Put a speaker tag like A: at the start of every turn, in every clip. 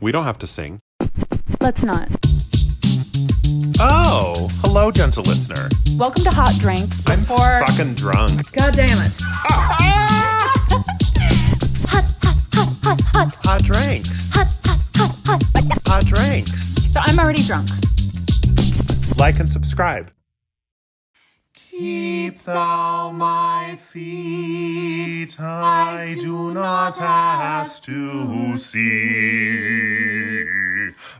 A: We don't have to sing.
B: Let's not.
A: Oh, hello, gentle listener.
B: Welcome to Hot Drinks.
A: I'm
B: Before
A: fucking drunk.
C: God damn it.
A: Hot drinks. Hot drinks.
B: so I'm already drunk.
A: Like and subscribe.
D: Keep thou my feet, I do not ask to see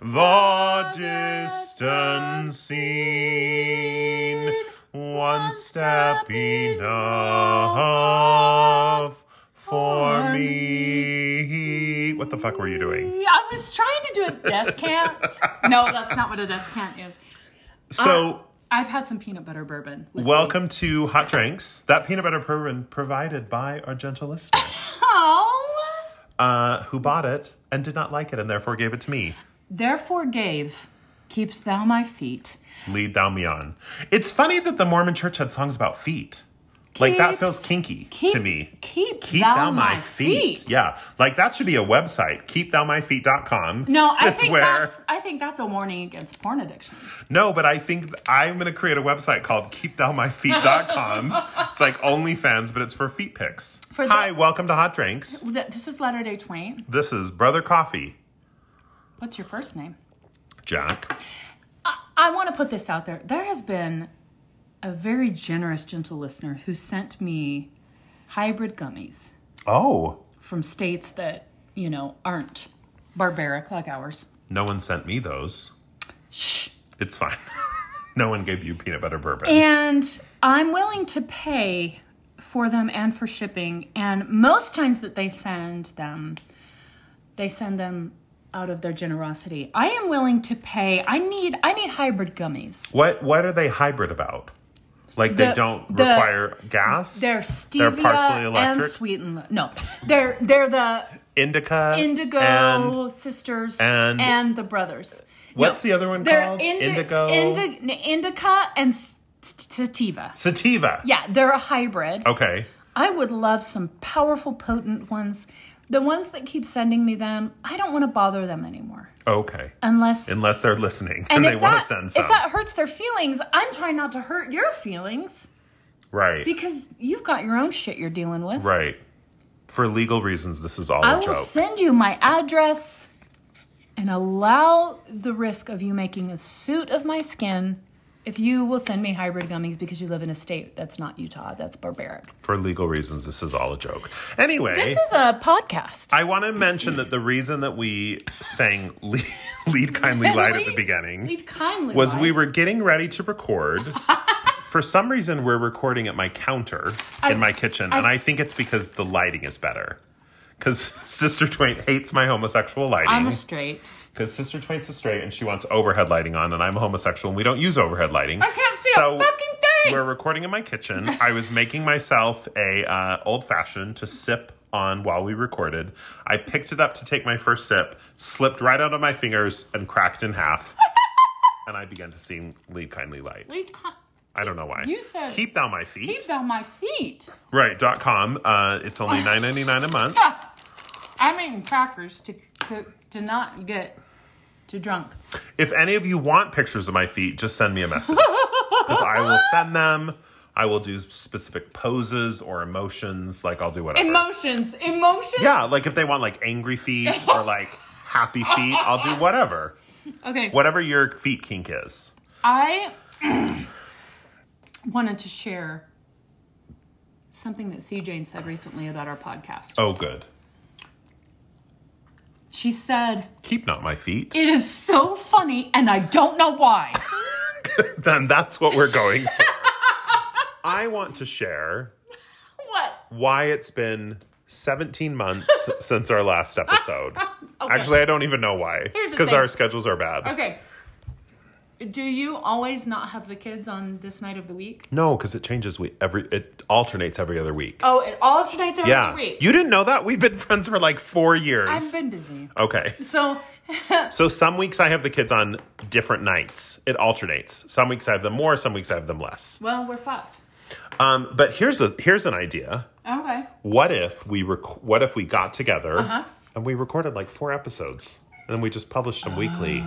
D: the distant scene. One step enough for me. What the fuck were you doing?
B: Yeah, I was trying to do a descant. no, that's not what a descant is.
A: So,
B: I've had some peanut butter bourbon. Listen.
A: welcome to Hot Drinks. That peanut butter bourbon provided by our gentle listener.
B: Oh.
A: uh, who bought it and did not like it and therefore gave it to me.
B: Therefore gave, keeps thou my feet.
A: Lead thou me on. It's funny that the Mormon church had songs about feet. like that
B: Keeps-
A: feels kinky
B: keep-
A: to me.
B: keep
A: keep
B: thou
A: thou, my
B: my
A: feet.
B: feet.
A: Yeah. Like that should be a website. Keepthowmyfeet.com.
B: No, I
A: That's
B: think
A: where
B: that's I think that's a warning against porn addiction.
A: No, but I think th- I'm gonna create a website called keepthowmyfeet.com. it's like OnlyFans, but it's for feet pics.
B: For the-
A: Hi, welcome to Hot Drinks.
B: Th- This is Latter Day Twain.
A: This is Brother Coffee.
B: What's your first name?
A: Jack.
B: I want to put this out there. There has been a very generous, gentle listener who sent me hybrid gummies
A: Oh.
B: from states that, you know, aren't barbaric like ours.
A: No one sent me those.
B: Shh.
A: It's fine. no one gave you peanut butter bourbon.
B: And I'm willing to pay for them and for shipping. And most times that they send them, they send them out of their generosity. I am willing to pay. I need I need hybrid gummies.
A: What what are they hybrid about? It's like they
B: The-
A: don't
B: the-
A: require gas.
B: They're stevia
A: partially
B: and
A: electric.
B: sweet and lo- no. They're they're the
A: indica.
B: indigo
A: And
B: sisters
A: and-
B: and, the brothers.
A: What's the other one
B: they're
A: called?
B: Indi-
A: Indigo?
B: Indi- n- indica and s- s- sativa.
A: sativa.
B: Yeah, they're a hybrid.
A: Okay.
B: I would love some powerful, potent ones. The ones that keep sending me them, I don't want to bother them anymore.
A: Okay.
B: Unless
A: Unless they're listening and,
B: and
A: they
B: if
A: want
B: that
A: to send some.
B: if that hurts their feelings, I'm trying not to hurt your feelings
A: right.
B: because you've got your own shit you're dealing with.
A: right. For legal reasons, this is all
B: I
A: a
B: will
A: joke.
B: send you my address and allow the risk of you making a suit of my skin if you will send me hybrid gummies because you live in a state that's not Utah, that's barbaric.
A: For legal reasons, this is all a joke. Anyway.
B: This is a podcast.
A: I want to mention that the reason that we sang Le- Lead Kindly Light at the
B: Lead-
A: beginning
B: Lead kindly
A: was
B: light.
A: we were getting ready to record. For some reason, we're recording at my counter in my kitchen, and I think it's because the lighting is better. Because Sister Twain hates my homosexual
B: I'm
A: lighting.
B: a straight.
A: Because Sister Twain's a straight and she wants overhead lighting on, and I'm a homosexual and we don't use overhead lighting.
B: I can't see a fucking thing!
A: We're recording in my kitchen. I was making myself a uh, old fashioned to sip on while we recorded. I picked it up to take my first sip, slipped right out of my fingers, and cracked in half. and I began to sing "Lead Kindly Light."
B: Lead kind.
A: I don't know why.
B: You said-
A: "Keep down my feet."
B: Keep down my feet.
A: Right. Dot com. Uh, it's only nine ninety nine a month.
B: I'm eating crackers to, to to not get too drunk.
A: If any of you want pictures of my feet, just send me a message. Because I will send them. I will do specific poses or emotions. Like, I'll do whatever.
B: Emotions, emotions.
A: yeah, like if they want like angry feet or like happy feet, I'll do whatever.
B: Okay.
A: Whatever your feet kink is.
B: I wanted to share something that C Jane said recently about our podcast.
A: Oh, good.
B: She said
A: Keep not my feet.
B: it is so funny, and I don't know why.
A: then that's what we're going for. I want to share
B: what?
A: why it's been 17 months since our last episode. Actually, I don't even know why.
B: Here's the
A: Because
B: thing.
A: our schedules are bad.
B: Okay. Do you always not have the kids on this night of the week?
A: No, because it changes we every it alternates every other week.
B: Oh, it alternates every
A: yeah.
B: week.
A: You didn't know that? We've been friends for like four years.
B: I've been busy.
A: Okay.
B: So
A: So some weeks I have the kids on different nights. It alternates. Some weeks I have them more, some weeks I have them less.
B: Well, we're fucked.
A: Um, but here's a here's an idea.
B: Okay.
A: What if we rec- what if we got together and we recorded like four episodes? and then we just published them weekly.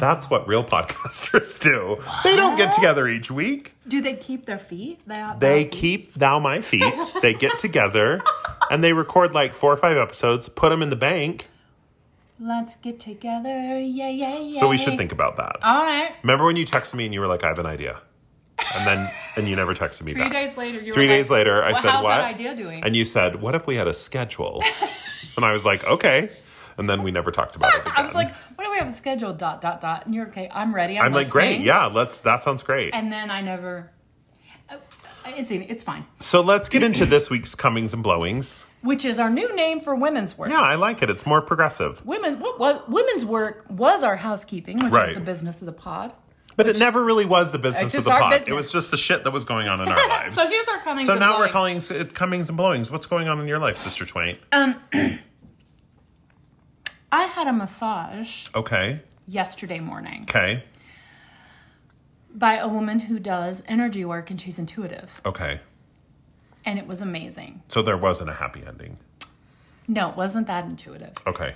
A: That's what real podcasters do. They don't get together each week.
B: Do they keep their feet? They, are-
A: They
B: their feet?
A: keep thou my feet. they get together and they record like four or five episodes, put them in the bank.
B: Let's get together. Yeah, yeah, yeah.
A: So we should think about that.
B: All right.
A: Remember when you texted me and you were like, "I have an idea," and then and you never texted me
B: Three
A: back.
B: days later, you
A: Three
B: were
A: days
B: like,
A: later, I
B: "Well,
A: said,
B: how's
A: "What?"
B: that idea doing?
A: And you said, "What if we had a schedule?" and I was like, "Okay." And then we never talked about it again.
B: I was like, what do we have scheduled? Dot, dot, dot. And you're okay. I'm ready. I'm,
A: I'm like, great,
B: listening."
A: yeah, let's. That sounds great.
B: And then I never. uh, It's in- it's fine.
A: so let's get into this week's comings and blowings.
B: Which is our new name for women's work.
A: Yeah, I like it. It's more progressive,
B: Women, what, what women's work was our housekeeping, which
A: Right.
B: is the business of the pod.
A: but it never really was the business
B: It's
A: of
B: just
A: the
B: our
A: pod. It
B: business.
A: was just the shit that was going on in our lives.
B: So here's our coming.
A: So now we're calling it comings and blowings. What's going on in your life, Sister Twain?
B: I had a massage
A: okay,
B: yesterday morning
A: okay,
B: by a woman who does energy work and she's intuitive,
A: okay.
B: and it was amazing.
A: So there wasn't a happy ending.
B: No, it wasn't that intuitive.
A: Okay.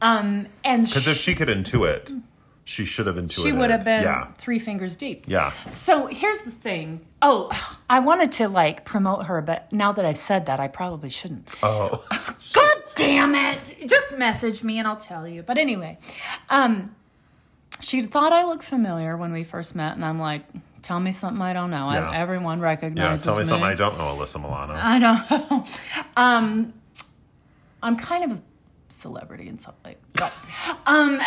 B: Um, and
A: Because
B: she,
A: if she could intuit, she should have intuited.
B: she would have been
A: Yeah.
B: three fingers deep.
A: Yeah.
B: So here's the thing. Oh, I wanted to like promote her, but now that I've said that, I probably shouldn't.
A: Oh.
B: God damn it! Just message me and I'll tell you. But anyway, um, she thought I looked familiar when we first met, and I'm like, tell me something I don't know.
A: Yeah.
B: Everyone
A: Yeah.
B: recognizes
A: Tell me something I
B: I
A: don't know, Alyssa Milano.
B: I don't know. um, I'm kind of a celebrity and stuff like that. um,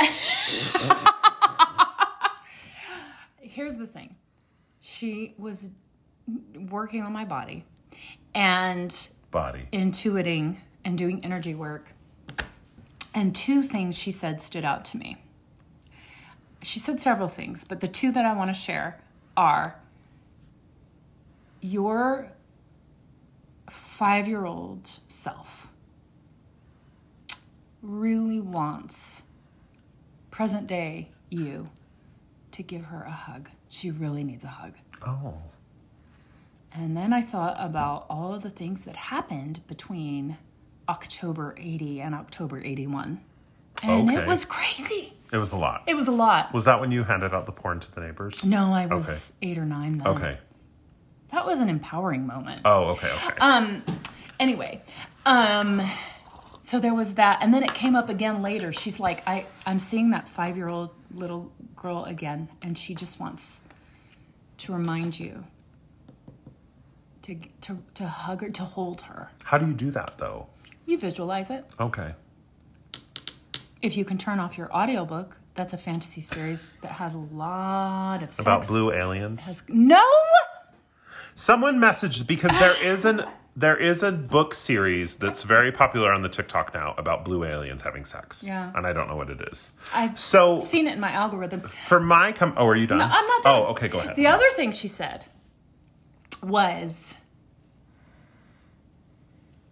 B: here's the thing she was working on my body, and
A: Body.
B: intuiting and doing energy work. And two things she said stood out to me. She said several things, but the two that I want to share are your five year old self really wants present day you to give her a hug. She really needs a hug.
A: Oh.
B: And then I thought about all of the things that happened between October 80 and October 81. And
A: Okay.
B: it was crazy.
A: It was a lot.
B: It was a lot.
A: was that when you handed out the porn to the neighbors?
B: No, I was eight or nine then.
A: Okay.
B: That was an empowering moment.
A: Oh, okay, okay.
B: Um, Anyway, um, so there was that. And then it came up again later. She's like, I, I'm seeing that five year old little girl again, and she just wants to remind you to, to, to hug her, to hold her.
A: How do you do that though?
B: You visualize it.
A: Okay.
B: If you can turn off your audiobook, that's a fantasy series that has a lot of sex.
A: About blue aliens.
B: No!
A: Someone messaged because there is an there is a book series that's very popular on the TikTok now about blue aliens having sex.
B: Yeah.
A: And I don't know what it is.
B: I've
A: So
B: seen it in my algorithms.
A: for my com- oh, are you done?
B: I'm not
A: Oh,
B: done.
A: okay, go ahead.
B: The other thing she said was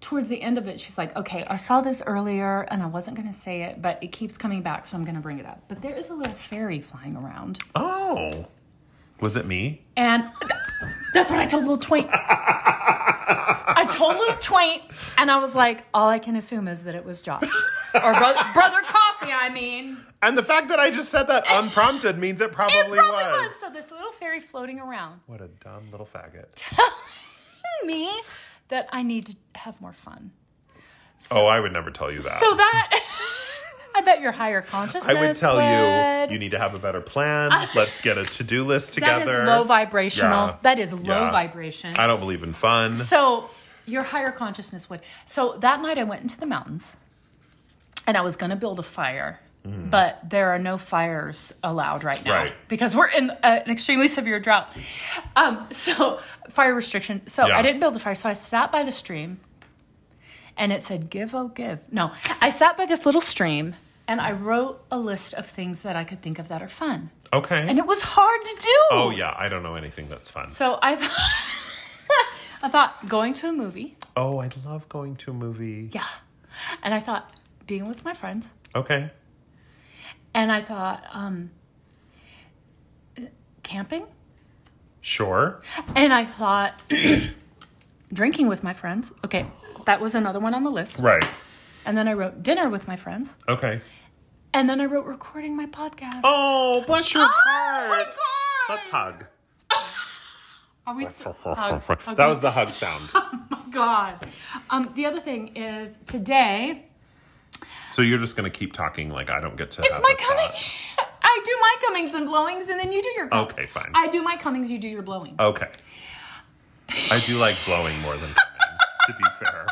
B: towards the end of it, she's like, okay, I saw this earlier and I wasn't going to say it, but it keeps coming back, so I'm going to bring it up. But there is a little fairy flying around.
A: Oh. Was it me?
B: And th- that's what I told little Twain. I told little Twain, and I was like, all I can assume is that it was Josh. Or bro- Brother Coffee, I mean.
A: And the fact that I just said that unprompted means it probably,
B: It probably was.
A: was.
B: So this little fairy floating around
A: What a dumb little faggot.
B: me that I need to have more fun.
A: oh, I would never tell you that.
B: So that, I bet your higher
A: I
B: consciousness
A: would tell
B: would.
A: you you need to have a better plan. Let's get a to-do list
B: That
A: together.
B: is low vibrational.
A: Yeah.
B: That is low
A: Yeah.
B: vibration.
A: I don't believe in fun.
B: So your higher consciousness would. So that night I went into the mountains and I was going to build a fire, but there are no fires allowed right now
A: Mm. Right.
B: because we're in uh, an extremely severe drought. Um, so fire restriction. So
A: Yeah.
B: I didn't build a fire. So I sat by the stream and it said, give, oh, give. No, I sat by this little stream and I wrote a list of things that I could think of that are fun.
A: Okay.
B: And it was hard to do.
A: oh yeah, I don't know anything that's fun.
B: So I, th- I thought going to a movie.
A: oh, I love going to a movie.
B: Yeah. And I thought, being with my friends.
A: Okay.
B: And I thought, um, uh, camping.
A: Sure.
B: And I thought, drinking with my friends. Okay, that was another one on the list.
A: Right.
B: And then I wrote dinner with my friends.
A: Okay.
B: And then I wrote recording my podcast.
A: Oh, bless your
B: Oh my
A: heart.
B: god!
A: Let's hug.
B: Are we still hug, hug,
A: That was the hug sound.
B: God. Um, the other thing is today
A: So you're just gonna keep talking like I don't get to.
B: it's
A: have
B: my
A: a
B: coming.
A: thought.
B: I do my comings and blowings, and then you do your.
A: Okay, fine.
B: I do my comings, you do your blowings.
A: Okay. I do like blowing more than coming, to be fair,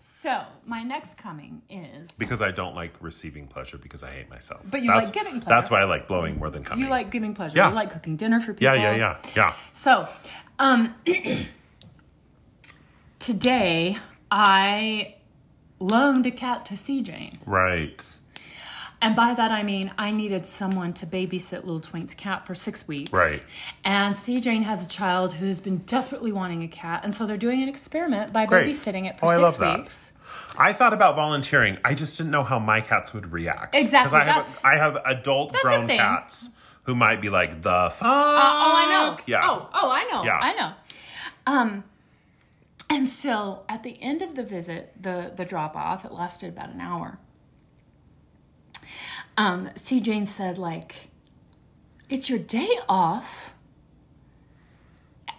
B: So my next coming is
A: because I don't like receiving pleasure because I hate myself.
B: But you like giving pleasure.
A: That's why I like blowing more than coming.
B: you like giving pleasure.
A: Yeah.
B: You like cooking dinner for people.
A: Yeah, yeah, yeah, yeah.
B: So, um, today I loaned a cat to see Jane.
A: Right.
B: And by that I mean I needed someone to babysit Little Twink's cat for six weeks.
A: Right.
B: And C Jane has a child who's been desperately wanting a cat, and so they're doing an experiment by
A: Great.
B: babysitting it for
A: Oh, I
B: six
A: love that.
B: weeks.
A: I thought about volunteering. I just didn't know how my cats would react. Because
B: Exactly,
A: I, have
B: that's-
A: a- I have adult
B: that's a
A: grown
B: thing.
A: cats who might be like the fuck.
B: Oh, I know.
A: Yeah.
B: Oh, oh, I know.
A: Yeah.
B: I know. Um, and so at the end of the visit, the the drop off, it lasted about an hour. Um, C Jane said, like, it's your day off.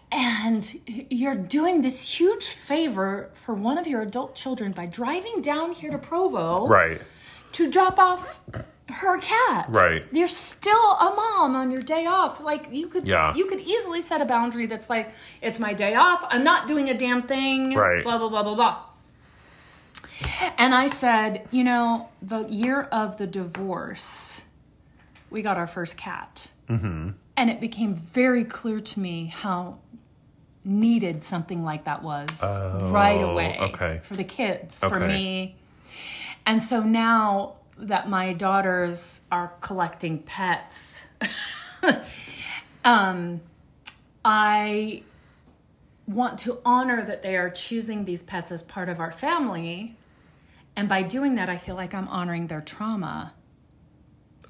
B: And you're doing this huge favor for one of your adult children by driving down here to Provo
A: Right.
B: to drop off her cat.
A: Right.
B: You're still a mom on your day off. Like you could
A: Yeah.
B: you could easily set a boundary that's like, it's my day off, I'm not doing a damn thing.
A: Right.
B: Blah blah blah blah blah. And I said, you know, the year of the divorce, we got our first cat. Mm-hmm. And it became very clear to me how needed something like that was right away
A: Oh, okay.
B: for the kids, for
A: Okay.
B: me, and so now that my daughters are collecting pets, um, I want to honor that they are choosing these pets as part of our family. And by doing that, I feel like I'm honoring their trauma.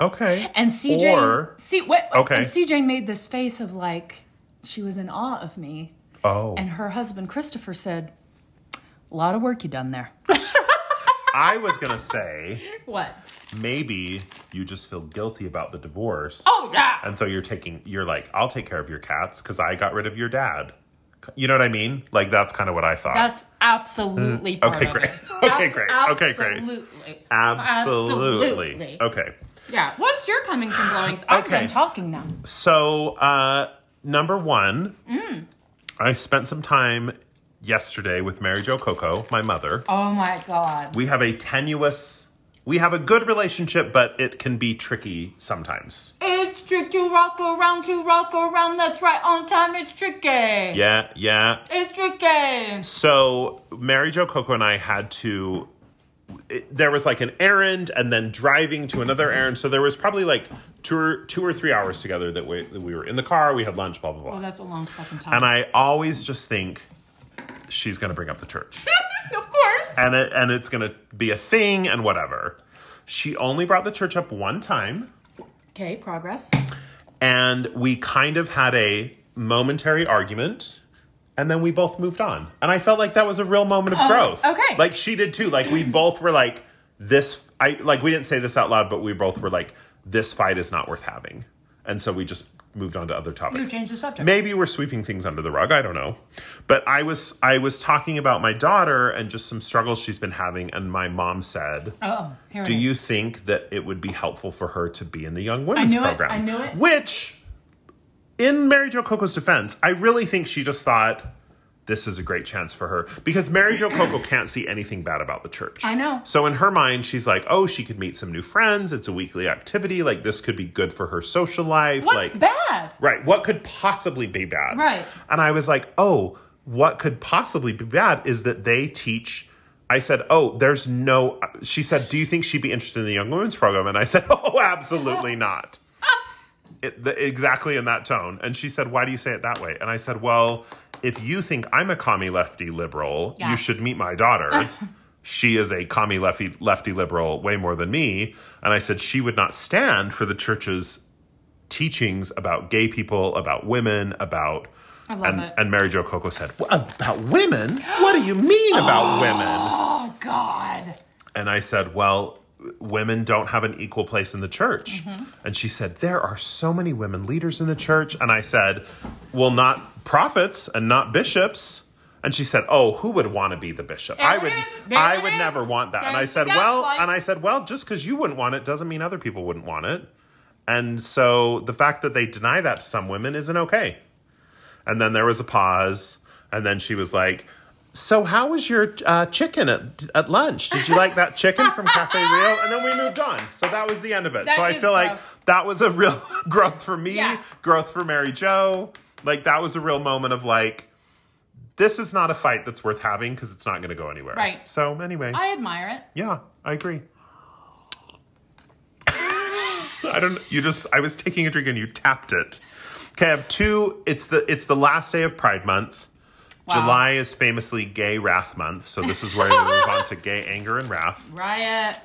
A: Okay.
B: And CJ,
A: Or-
B: see, wait,
A: Okay.
B: and CJ made this face of like she was in awe of me,
A: Oh.
B: and her husband Christopher said, "A lot of work you done there."
A: I was gonna say
B: what?
A: maybe you just feel guilty about the divorce.
B: Oh yeah.
A: And so you're taking, you're like, I'll take care of your cats because I got rid of your dad. You know what I mean? Like, that's kind of what I thought.
B: That's absolutely part
A: Mm, okay,
B: of
A: great.
B: it.
A: Okay,
B: Ab-
A: great. Okay, great.
B: Absolutely.
A: absolutely. Okay.
B: Yeah. What's your comings and blowings? I'm
A: Okay.
B: done talking now.
A: So, uh, number one, I spent some time yesterday with Mary Jo Coco, my mother.
B: Oh my god.
A: We have a tenuous, we have a good relationship, but it can be tricky sometimes.
B: It's tricky to rock around, to rock around. That's right on time. It's tricky.
A: Yeah, yeah.
B: It's tricky.
A: So Mary Jo Coco and I had to. It, there was like an errand, and then driving to another errand. So there was probably like two or two or three hours together that we that we were in the car. We had lunch, blah blah
B: Oh,
A: blah.
B: that's a long fucking time.
A: And I always just think she's gonna bring up the church,
B: of course.
A: and it, and it's gonna be a thing and whatever. She only brought the church up one time,
B: Okay. Progress.
A: and we kind of had a momentary argument and then we both moved on and i felt like that was a real moment of growth
B: Oh, okay.
A: like she did too like we both were like this i like we didn't say this out loud but we both were like this fight is not worth having and so we just moved on to other topics
B: changed the subject.
A: maybe we're sweeping things under the rug i don't know but i was i was talking about my daughter and just some struggles she's been having and my mom said
B: Oh, here
A: do
B: it is.
A: you think that it would be helpful for her to be in the young women's
B: knew it.
A: program?
B: I knew it.
A: Which, in Mary Jo Coco's defense, I really think she just thought this is a great chance for her because Mary Jo Coco can't see anything bad about the church.
B: I know.
A: So in her mind, she's like, oh, she could meet some new friends. It's a weekly activity. Like this could be good for her social life.
B: What's
A: like
B: bad?
A: Right. What could possibly be bad?
B: Right.
A: And I was like, oh, what could possibly be bad is that they teach. I said, oh, there's no. She said, do you think she'd be interested in the Young Women's Program? And I said, oh, absolutely not. It, the, exactly in that tone. And she said, why do you say it that way? And I said, well, if you think I'm a commie lefty liberal,
B: Yeah.
A: you should meet my daughter. she is a commie lefty, lefty liberal way more than me. And I said, she would not stand for the church's teachings about gay people, about women, about.
B: I love
A: and,
B: it.
A: and Mary Jo Coco said, "Wha- About women? What do you mean about women?
B: Oh God.
A: And I said, Well, women don't have an equal place in the church.
B: Mm-hmm.
A: And she said, There are so many women leaders in the church. And I said, Well, not prophets and not bishops. And she said, "Oh, who would want to be the bishop?
B: There
A: I
B: it
A: would,
B: is. There
A: I
B: it
A: would
B: is.
A: never want that." and I
B: There's
A: said,
B: the
A: "Well,"
B: gaslight.
A: and I said, "Well, just because you wouldn't want it doesn't mean other people wouldn't want it." And so the fact that they deny that to some women isn't okay. And then there was a pause, and then she was like, "So how was your uh, chicken at, at lunch? Did you like that chicken from Cafe Rio?" And then we moved on. So that was the end of it.
B: That
A: so I
B: is
A: feel like
B: growth.
A: that was a real growth for me,
B: Yeah.
A: growth for Mary Jo. Like that was a real moment of like, this is not a fight that's worth having because it's not going to go anywhere.
B: Right.
A: So anyway,
B: I admire it.
A: yeah, I agree. I don't. You just. I was taking a drink and you tapped it. Okay, I have two. It's the. It's the last day of Pride Month.
B: Wow.
A: July is famously Gay Wrath Month, so this is where we move on to Gay Anger and Wrath.
B: Riot.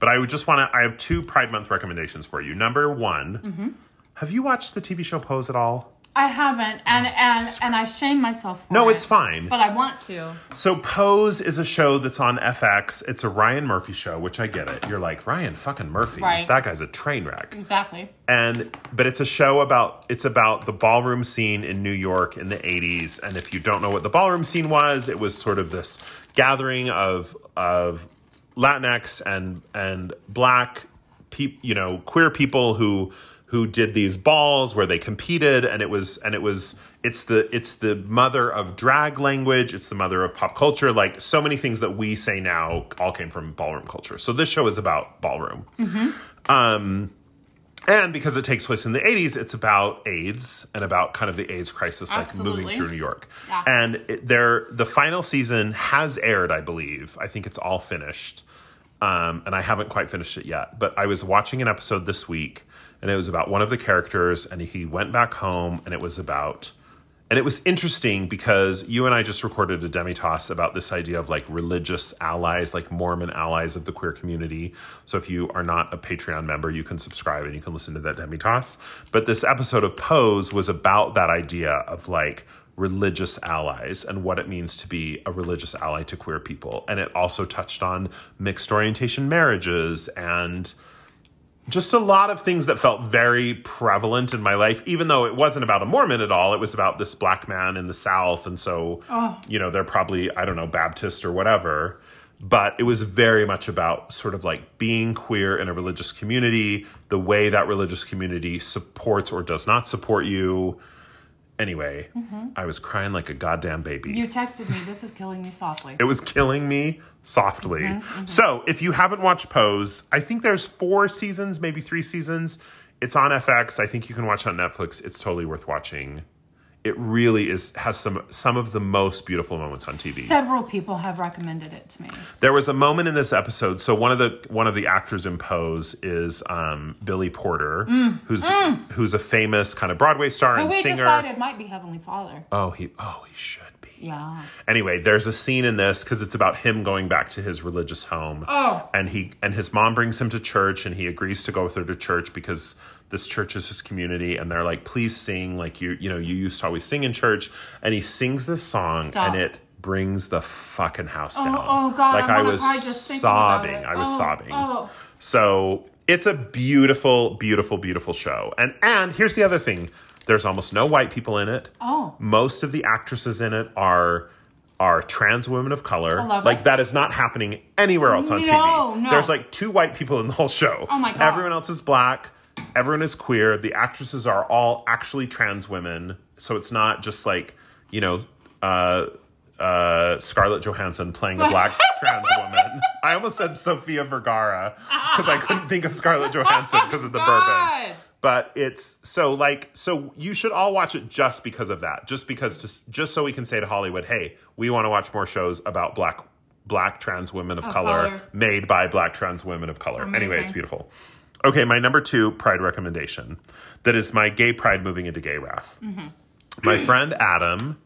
A: But I would just want to. I have two Pride Month recommendations for you. Number one,
B: Mm-hmm.
A: have you watched the TV show Pose at all?
B: I haven't, and and and I shame myself. For
A: No,
B: it,
A: it's fine.
B: But I want to.
A: So Pose is a show that's on FX. It's a Ryan Murphy show, which I get it. You're like Ryan fucking Murphy.
B: Right.
A: That guy's a train wreck.
B: Exactly.
A: and but it's a show about it's about the ballroom scene in New York in the 80s and if you don't know what the ballroom scene was it was sort of this gathering of of Latinx and and black peop, you know queer people who who did these balls where they competed and it was and it was it's the it's the mother of drag language it's the mother of pop culture like so many things that we say now all came from ballroom culture so this show is about ballroom and because it takes place in the 80s, it's about AIDS and about kind of the AIDS crisis, like moving
B: Absolutely.
A: through New York.
B: Yeah.
A: And it, there, the final season has aired, I believe. I think it's all finished. Um, and I haven't quite finished it yet. But I was watching an episode this week, and it was about one of the characters, and he went back home, and it was about. And it was interesting because you and I just recorded a demi toss about this idea of like religious allies, like Mormon allies of the queer community. So if you are not a Patreon member, you can subscribe and you can listen to that demi toss. But this episode of Pose was about that idea of like religious allies and what it means to be a religious ally to queer people. And it also touched on mixed orientation marriages and just a lot of things that felt very prevalent in my life, even though it wasn't about a Mormon at all. It was about this black man in the South. And so, you know, they're probably, I don't know, Baptist or whatever. But it was very much about sort of like being queer in a religious community, the way that religious community supports or does not support you. Anyway, I was crying like a goddamn baby.
B: You texted me. This is killing me softly.
A: It was killing me softly.
B: Mm-hmm,
A: So, if you haven't watched Pose, I think there's four seasons, maybe three seasons. It's on FX. I think you can watch it on Netflix. It's totally worth watching. It really is has some some of the most beautiful moments on TV.
B: Several people have recommended it to me.
A: There was a moment in this episode. So one of the one of the actors in Pose is um, Billy Porter, who's who's a famous kind of Broadway star
B: Mm, But
A: and
B: we
A: singer.
B: decided might be Heavenly Father.
A: Oh, he oh he should be.
B: Yeah.
A: Anyway, there's a scene in this because it's about him going back to his religious home.
B: Oh.
A: and he and his mom brings him to church, and he agrees to go with her to church because this church is his community, and they're like, "Please sing like you you know you used to always sing in church." And he sings this song,
B: Stop.
A: and it brings the fucking house down.
B: oh, God,
A: Like
B: I
A: I,
B: wanna
A: was
B: cry just thinking about
A: sobbing.
B: it.
A: I was
B: Oh,
A: sobbing.
B: oh.
A: So it's a beautiful, beautiful, beautiful show. And and here's the other thing: there's almost no white people in it.
B: Oh.
A: most of the actresses in it are are trans women of color.
B: love
A: like
B: it.
A: that is not happening anywhere else on
B: No,
A: TV.
B: no.
A: There's like two white people in the whole show.
B: Oh my God.
A: Everyone else is black. Everyone is queer. The actresses are all actually trans women. So it's not just like you know. Uh, uh, Scarlett Johansson playing a black trans woman. I almost said Sofia Vergara because I couldn't think of Scarlett Johansson because of the
B: Oh God.
A: bourbon. But it's so like so you should all watch it just because of that, just because just just so we can say to Hollywood, hey, we want to watch more shows about black black trans women of, color,
B: color.
A: made by black trans women of color. Anyway, it's
B: Amazing.
A: beautiful. Okay, my number two pride recommendation that is my gay pride moving into gay wrath. My friend Adam,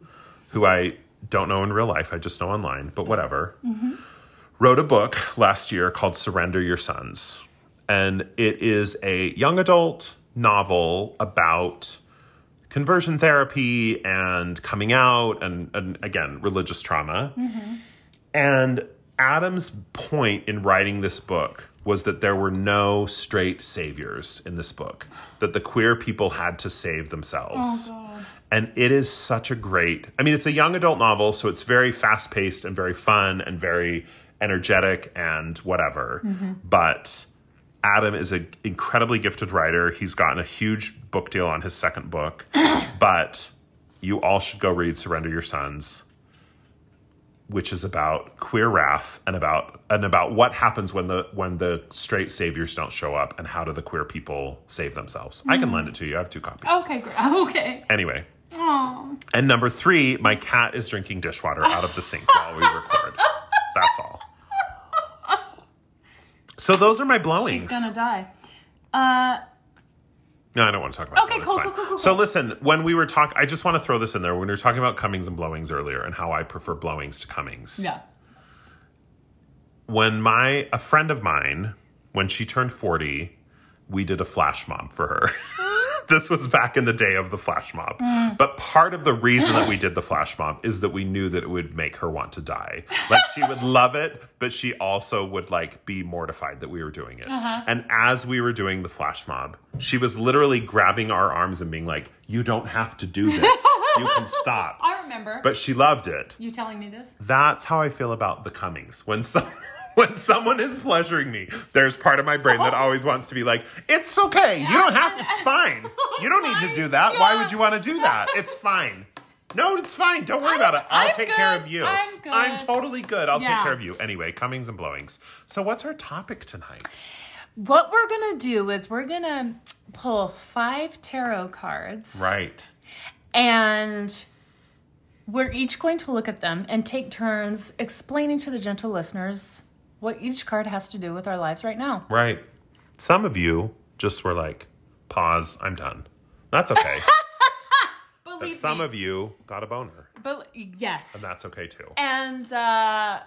A: who I don't know in real life, I just know online, but whatever, wrote a book last year called Surrender Your Sons. And it is a young adult novel about conversion therapy and coming out and, and again, religious trauma. And Adam's point in writing this book was that there were no straight saviors in this book, that the queer people had to save themselves. And it is such a great, I mean, it's a young adult novel, so it's very fast paced and very fun and very energetic and whatever. But Adam is an incredibly gifted writer. He's gotten a huge book deal on his second book. but you all should go read Surrender Your Sons which is about queer wrath and about and about what happens when the when the straight saviors don't show up and how do the queer people save themselves. I can lend it to you. I have two copies.
B: Mm. Okay, great. Okay.
A: Anyway,
B: Aw.
A: and number 3, my cat is drinking dishwater out of the sink while we record. That's all. So those are my blowings.
B: She's gonna die. Uh,
A: No, I don't want to talk about
B: Okay,
A: that.
B: cool,
A: It's
B: cool,
A: fine.
B: cool, cool,
A: So
B: cool.
A: listen, when we were talking, I just want to throw this in there. When we were talking about comings and blowings earlier and how I prefer blowings to comings.
B: yeah.
A: when my a friend of mine when she turned 40 we did a flash mob for her this was back in the day of the flash mob but part of the reason that we did the flash mob is that we knew that it would make her want to die like she would love it but she also would like be mortified that we were doing it and as we were doing the flash mob she was literally grabbing our arms and being like you don't have to do this you can stop
B: I remember
A: but she loved it
B: you telling me this.
A: that's how I feel about the Cummings. When some, when someone is pleasuring me, there's part of my brain that always wants to be like, "It's okay. You don't have. It's fine. You don't need to do that. Why would you want to do that? It's fine. No, it's fine. Don't worry about it. I'll
B: I'm
A: take care
B: good.
A: of you.
B: I'm good.
A: totally good. I'll
B: Yeah.
A: take care of you. Anyway, Cummings and Blowings. So, what's our topic tonight?
B: What we're gonna do is we're gonna pull five tarot cards,
A: Right.
B: and we're each going to look at them and take turns explaining to the gentle listeners what each card has to do with our lives right now.
A: Right. Some of you just were like, "Pause. I'm done." That's okay. but
B: Believe
A: some
B: me,
A: of you got a boner.
B: bel- yes,
A: That's okay too.
B: and uh,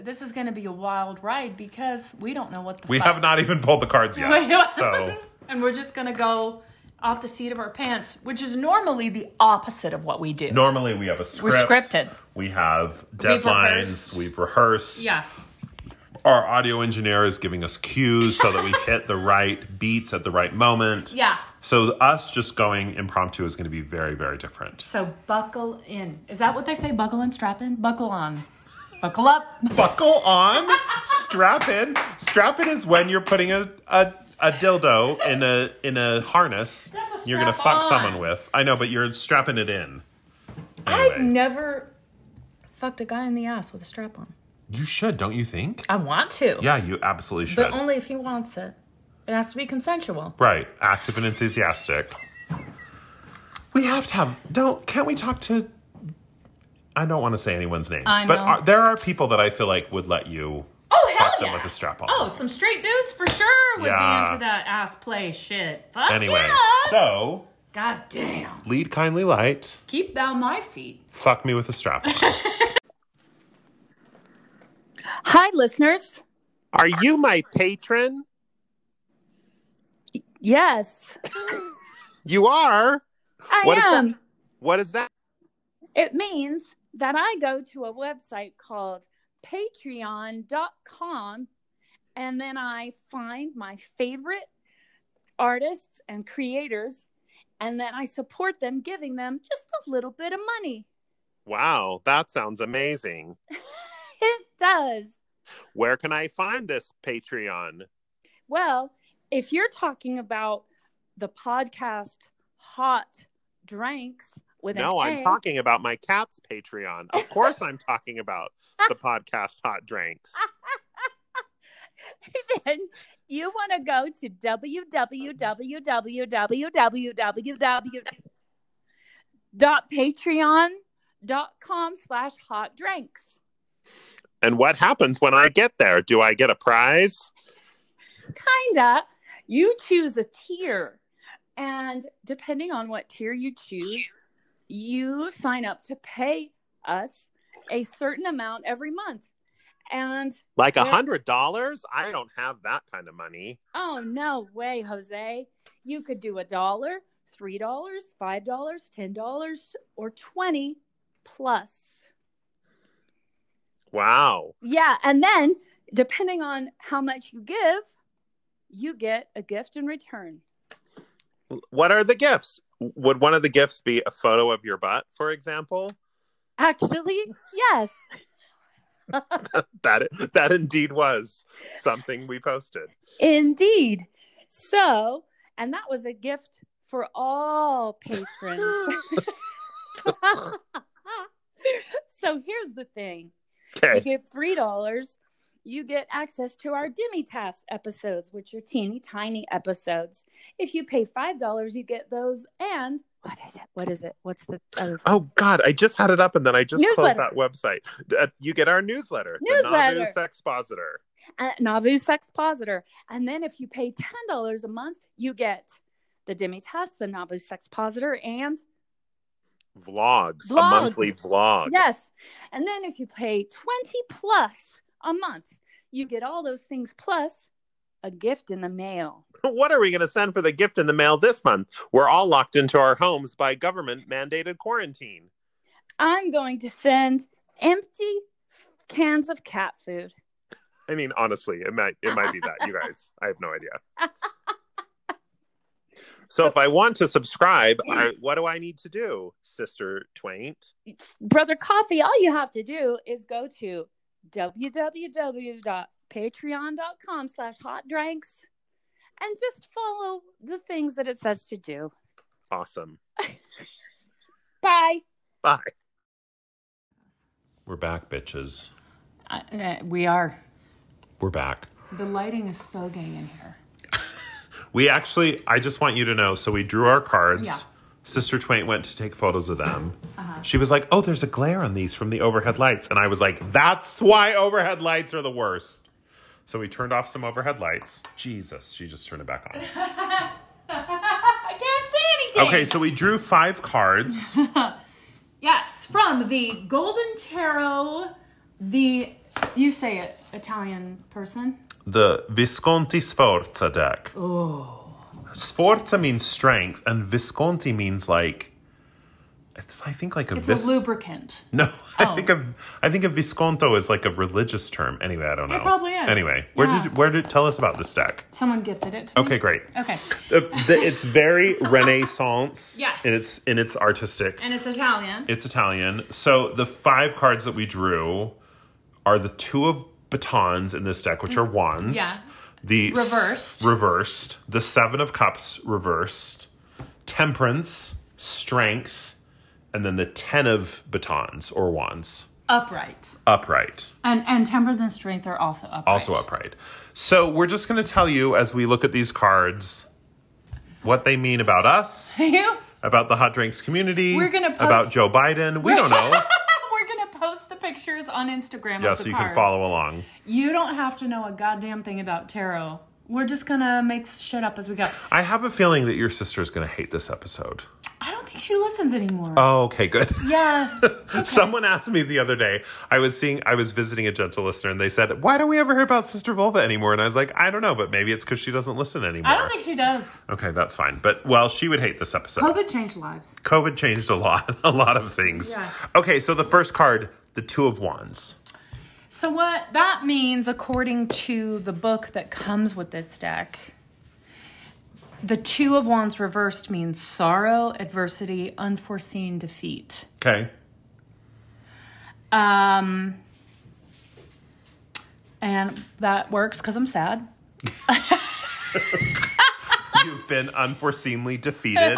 B: this is gonna be a wild ride because we don't know what the
A: We
B: fuck-
A: have not even pulled the cards yet. so
B: and we're just gonna go off the seat of our pants, which is normally the opposite of what we do.
A: normally we have a script.
B: scripted.
A: We have
B: We've
A: deadlines.
B: rehearsed.
A: We've rehearsed.
B: Yeah.
A: Our audio engineer is giving us cues so that we hit the right beats at the right moment.
B: Yeah.
A: So us just going impromptu is going to be very, very different.
B: So buckle in. Is that what they say? Buckle in, strap in, buckle on. Buckle up.
A: Buckle on, strap in. Strap in is when you're putting a, a a dildo in a in a harness.
B: That's a
A: you're gonna
B: strap
A: fuck
B: on.
A: someone with. I know, but you're strapping it in.
B: I've
A: Anyway.
B: never fucked a guy in the ass with a strap on.
A: You should, don't you think?
B: I want to.
A: Yeah, you absolutely should.
B: But only if he wants it. It has to be consensual.
A: Right. Active and enthusiastic. We have to have don't can't we talk to I don't want to say anyone's names,
B: I
A: but
B: know.
A: are, there are people that I feel like would let you
B: Oh hell
A: fuck them
B: yeah.
A: with a strap on.
B: Oh, some straight dudes for sure would
A: Yeah.
B: be into that ass play shit. Fuck
A: anyway.
B: yes.
A: So,
B: God damn.
A: lead kindly light,
B: Keep thou my feet.
A: fuck me with a strap on.
C: Hi, listeners.
E: Are you my patron?
C: Yes,
E: You are.
C: I
E: What is that?
C: am.
E: What is that?
C: It means that I go to a website called patreon.com and then I find my favorite artists and creators and then I support them, giving them just a little bit of money.
E: Wow, that sounds amazing.
C: It does.
E: Where can I find this Patreon?
C: Well, if you're talking about the podcast Hot Drinks with
E: No,
C: an
E: I'm
C: A-
E: talking about my cat's Patreon. Of course, I'm talking about the podcast Hot Drinks.
C: then you want to go to www.patreon.com slash hot drinks.
E: And what happens when I get there? Do I get a prize?
C: Kinda. You choose a tier. And depending on what tier you choose, you sign up to pay us a certain amount every month. And
E: Like a
C: Yeah.
E: hundred dollars? I don't have that kind of money.
C: Oh, no way, Jose. You could do a dollar, three dollars, five dollars, ten dollars, or twenty plus.
E: Wow.
C: Yeah, and then depending on how much you give, you get a gift in return.
E: What are the gifts? Would one of the gifts be a photo of your butt, for example?
C: Actually, yes.
E: That that indeed was something we posted.
C: Indeed. So, and that was a gift for all patrons. so here's the thing. You
E: Okay.
C: give three dollars, you get access to our Demi-Task episodes, which are teeny tiny episodes. If you pay five dollars, you get those. And what is it? What is it? What's the other
E: Oh God, I just had it up and then I just closed
C: Newsletter.
E: that website. Uh, you get our newsletter, the
C: Newsletter.
E: Nauvoo Sexpositor.
C: uh, Nauvoo Sex Positor? And then if you pay ten dollars a month, you get the Demi-Task, the Nauvoo Sex Positor, and
E: Vlogs, a
C: Vlogs.
E: monthly vlog.
C: Yes. And then if you pay 20 plus a month, you get all those things plus a gift in the mail.
E: What are we going to send for the gift in the mail this month? We're all locked into our homes by government mandated quarantine.
C: I'm going to send empty cans of cat food.
E: I mean, honestly, it might it might be that you guys. I have no idea. So if I want to subscribe, I, what do I need to do, Sister Twaint?
C: Brother Coffee, all you have to do is go to www.patreon.com slash hot drinks and just follow the things that it says to do.
E: Awesome.
C: Bye.
E: Bye.
A: We're back, bitches.
B: I, uh, we are.
A: We're back.
B: The lighting is so gay in here.
A: We actually, I just want you to know. So we drew our cards.
B: Yeah.
A: Sister Twain went to take photos of them. She was like, "Oh, there's a glare on these from the overhead lights," and I was like, "That's why overhead lights are the worst." So we turned off some overhead lights. Jesus, she just turned it back on.
B: I can't see anything.
A: Okay, so we drew five cards.
B: Yes, from the Golden Tarot, the you say it, Italian person.
A: the Visconti Sforza deck. Oh. Sforza means strength, and Visconti means like. it's- I think like a
B: It's
A: vis-
B: a lubricant.
A: No, I
B: Oh.
A: think of I think of Visconto as like a religious term. Anyway, I don't know.
B: probably is.
A: Anyway, where
B: Yeah.
A: did where did tell us about this deck?
B: Someone gifted it to me.
A: Okay, great.
B: Okay.
A: Uh, the- it's very Renaissance.
B: Yes.
A: and it's in its artistic.
B: And it's Italian.
A: It's Italian. So the five cards that we drew are the two of batons in this deck, which are wands.
B: Mm. Yeah.
A: The s-
B: Reversed.
A: reversed. The seven of cups reversed. Temperance, strength, and then the ten of batons or wands.
B: upright.
A: Upright.
B: And and temperance and strength are also upright.
A: Also upright. So we're just going to tell you as we look at these cards what they mean about us,
B: You?
A: about the hot drinks community,
B: We're gonna post-
A: about Joe Biden. We don't know.
B: We're gonna post the pictures on Instagram.
A: yeah,
B: of the
A: so you
B: cards.
A: can follow along.
B: You don't have to know a goddamn thing about tarot. We're just gonna make shit up as we go.
A: I have a feeling that your sister's going to hate this episode.
B: I don't think she listens anymore.
A: Oh, okay, good.
B: yeah.
A: Someone asked me the other day. I was seeing, I was visiting a gentle listener, and they said, "Why don't we ever hear about Sister Vulva anymore?" And I was like, "I don't know, but maybe it's because she doesn't listen anymore."
B: I don't think she does.
A: okay, that's fine. But well, she would hate this episode.
B: COVID changed lives.
A: COVID changed a lot, a lot of things.
B: Yeah.
A: Okay, so the first card, the Two of Wands.
B: So, what that means, according to the book that comes with this deck, the Two of Wands reversed means sorrow, adversity, unforeseen defeat.
A: Okay.
B: Um, and that works because I'm sad.
A: You've been unforeseemly defeated.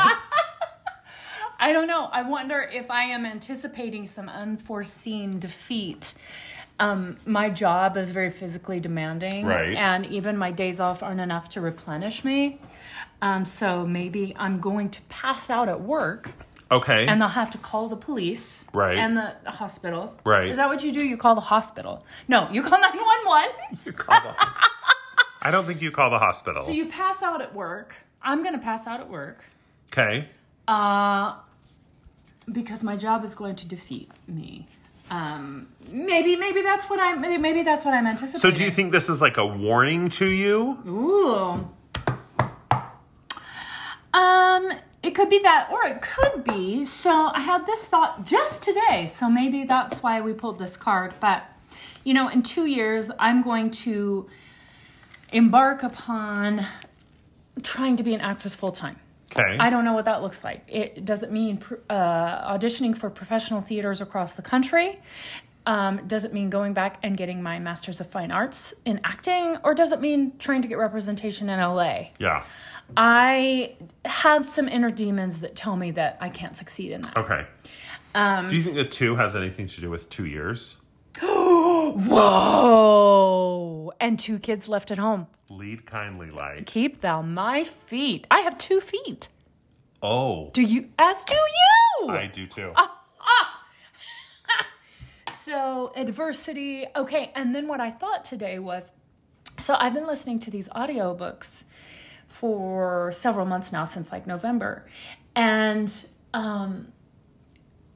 B: I don't know. I wonder if I am anticipating some unforeseen defeat. Um, my job is very physically demanding,
A: Right.
B: and even my days off aren't enough to replenish me. Um, so maybe I'm going to pass out at work,
A: Okay.
B: and they'll have to call the police,
A: Right.
B: and the the hospital,
A: Right.
B: Is that what you do? You call the hospital? No, you call nine one one.
A: You call the- I don't think you call the hospital.
B: So you pass out at work. I'm going to pass out at work
A: okay.
B: uh, because my job is going to defeat me. Um, maybe, maybe that's what I'm. Maybe that's what I'm anticipating.
A: So do you think this is like a warning to you?
B: Ooh. Um, it could be that, or it could be. So I had this thought just today. So maybe that's why we pulled this card. But you know, in two years, I'm going to embark upon trying to be an actress full time.
A: Okay.
B: I don't know what that looks like. It does it mean pr- uh, auditioning for professional theaters across the country? Um, does it mean going back and getting my master's of fine arts in acting, or does it mean trying to get representation in LA?
A: yeah.
B: I have some inner demons that tell me that I can't succeed in that.
A: Okay.
B: Um,
A: Do you think the two has anything to do with two years?
B: Whoa! And two kids left at home.
A: Lead kindly, like.
B: Keep thou my feet. I have two feet.
A: Oh,
B: Do you? As do you.
A: I do too.
B: So, adversity. Okay, and then what I thought today was so I've been listening to these audiobooks for several months now, since like November. And um,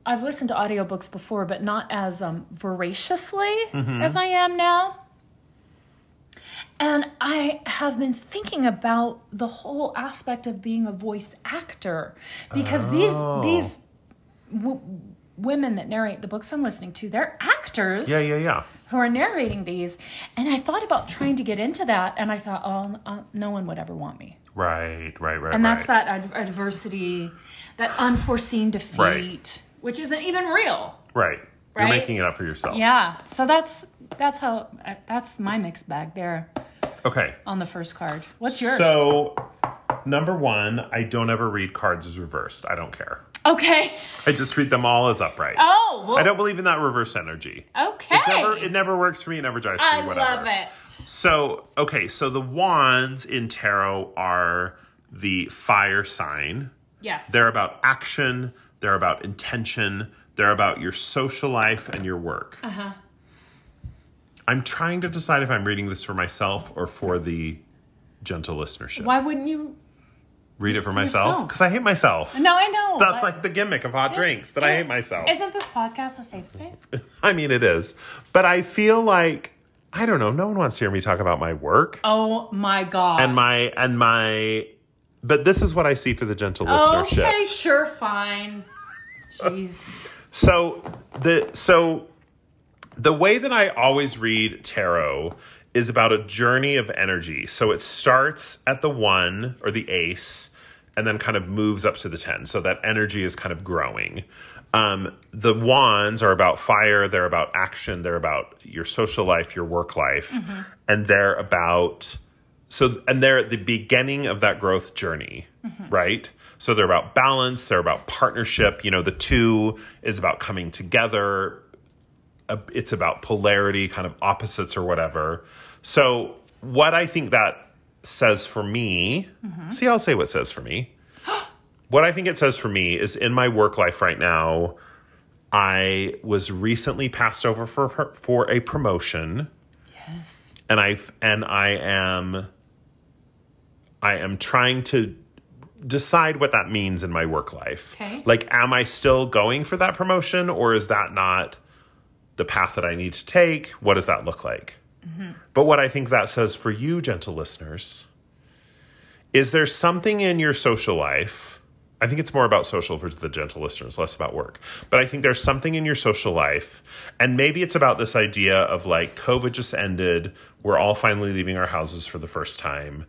B: I've listened to audiobooks before, but not as um, voraciously
A: Mm-hmm.
B: as I am now. And I have been thinking about the whole aspect of being a voice actor because these
A: Oh.
B: these women that narrate the books I'm listening to, they're actors
A: Yeah, yeah, yeah.
B: who are narrating these. And I thought about trying to get into that, and I thought, oh, uh, no one would ever want me.
A: Right, right, right.
B: And
A: right.
B: that's that ad- adversity, that unforeseen defeat, which isn't even real.
A: Right. You're
B: Right?
A: making it up for yourself.
B: Yeah. So that's that's how uh, that's my mixed bag there
A: Okay.
B: on the first card. What's yours?
A: So, number one, I don't ever read cards as reversed. I don't care.
B: okay.
A: I just read them all as upright.
B: Oh. Well,
A: I don't believe in that reverse energy.
B: Okay.
A: It never, it never works for me. It never jives for
B: I
A: me. Whatever.
B: love it.
A: So, okay, so the wands in tarot are the fire sign.
B: Yes.
A: They're about action, they're about intention, they're about your social life and your work. Uh-huh. I'm trying to decide if I'm reading this for myself or for the gentle listenership.
B: Why wouldn't you?
A: Read it for
B: yourself.
A: myself because I hate myself.
B: No, I know.
A: That's
B: but
A: like the gimmick of hot
B: this-
A: drinks that I hate myself.
B: Isn't this podcast a safe space?
A: I mean, it is. But I feel like, I don't know, no one wants to hear me talk about my work.
B: Oh my god.
A: and my and my but this is what i see for the gentle listenership
B: Okay, sure, fine. Jeez.
A: so the so the way that i always read tarot is about a journey of energy so it starts at the one or the ace and then kind of moves up to the 10 so that energy is kind of growing um, the wands are about fire they're about action they're about your social life your work life and they're about so and they're at the beginning of that growth journey right so they're about balance they're about partnership you know the two is about coming together uh, it's about polarity kind of opposites or whatever so what i think that says for me see i'll say what says for me what i think it says for me is in my work life right now i was recently passed over for for a promotion
B: Yes.
A: and I and I am I am trying to decide what that means in my work life.
B: Okay.
A: Like am I still going for that promotion or is that not the path that I need to take? What does that look like? But what I think that says for you gentle listeners is there something in your social life? I think it's more about social for the gentle listeners, less about work. But I think there's something in your social life, and maybe it's about this idea of like COVID just ended. We're all finally leaving our houses for the first time.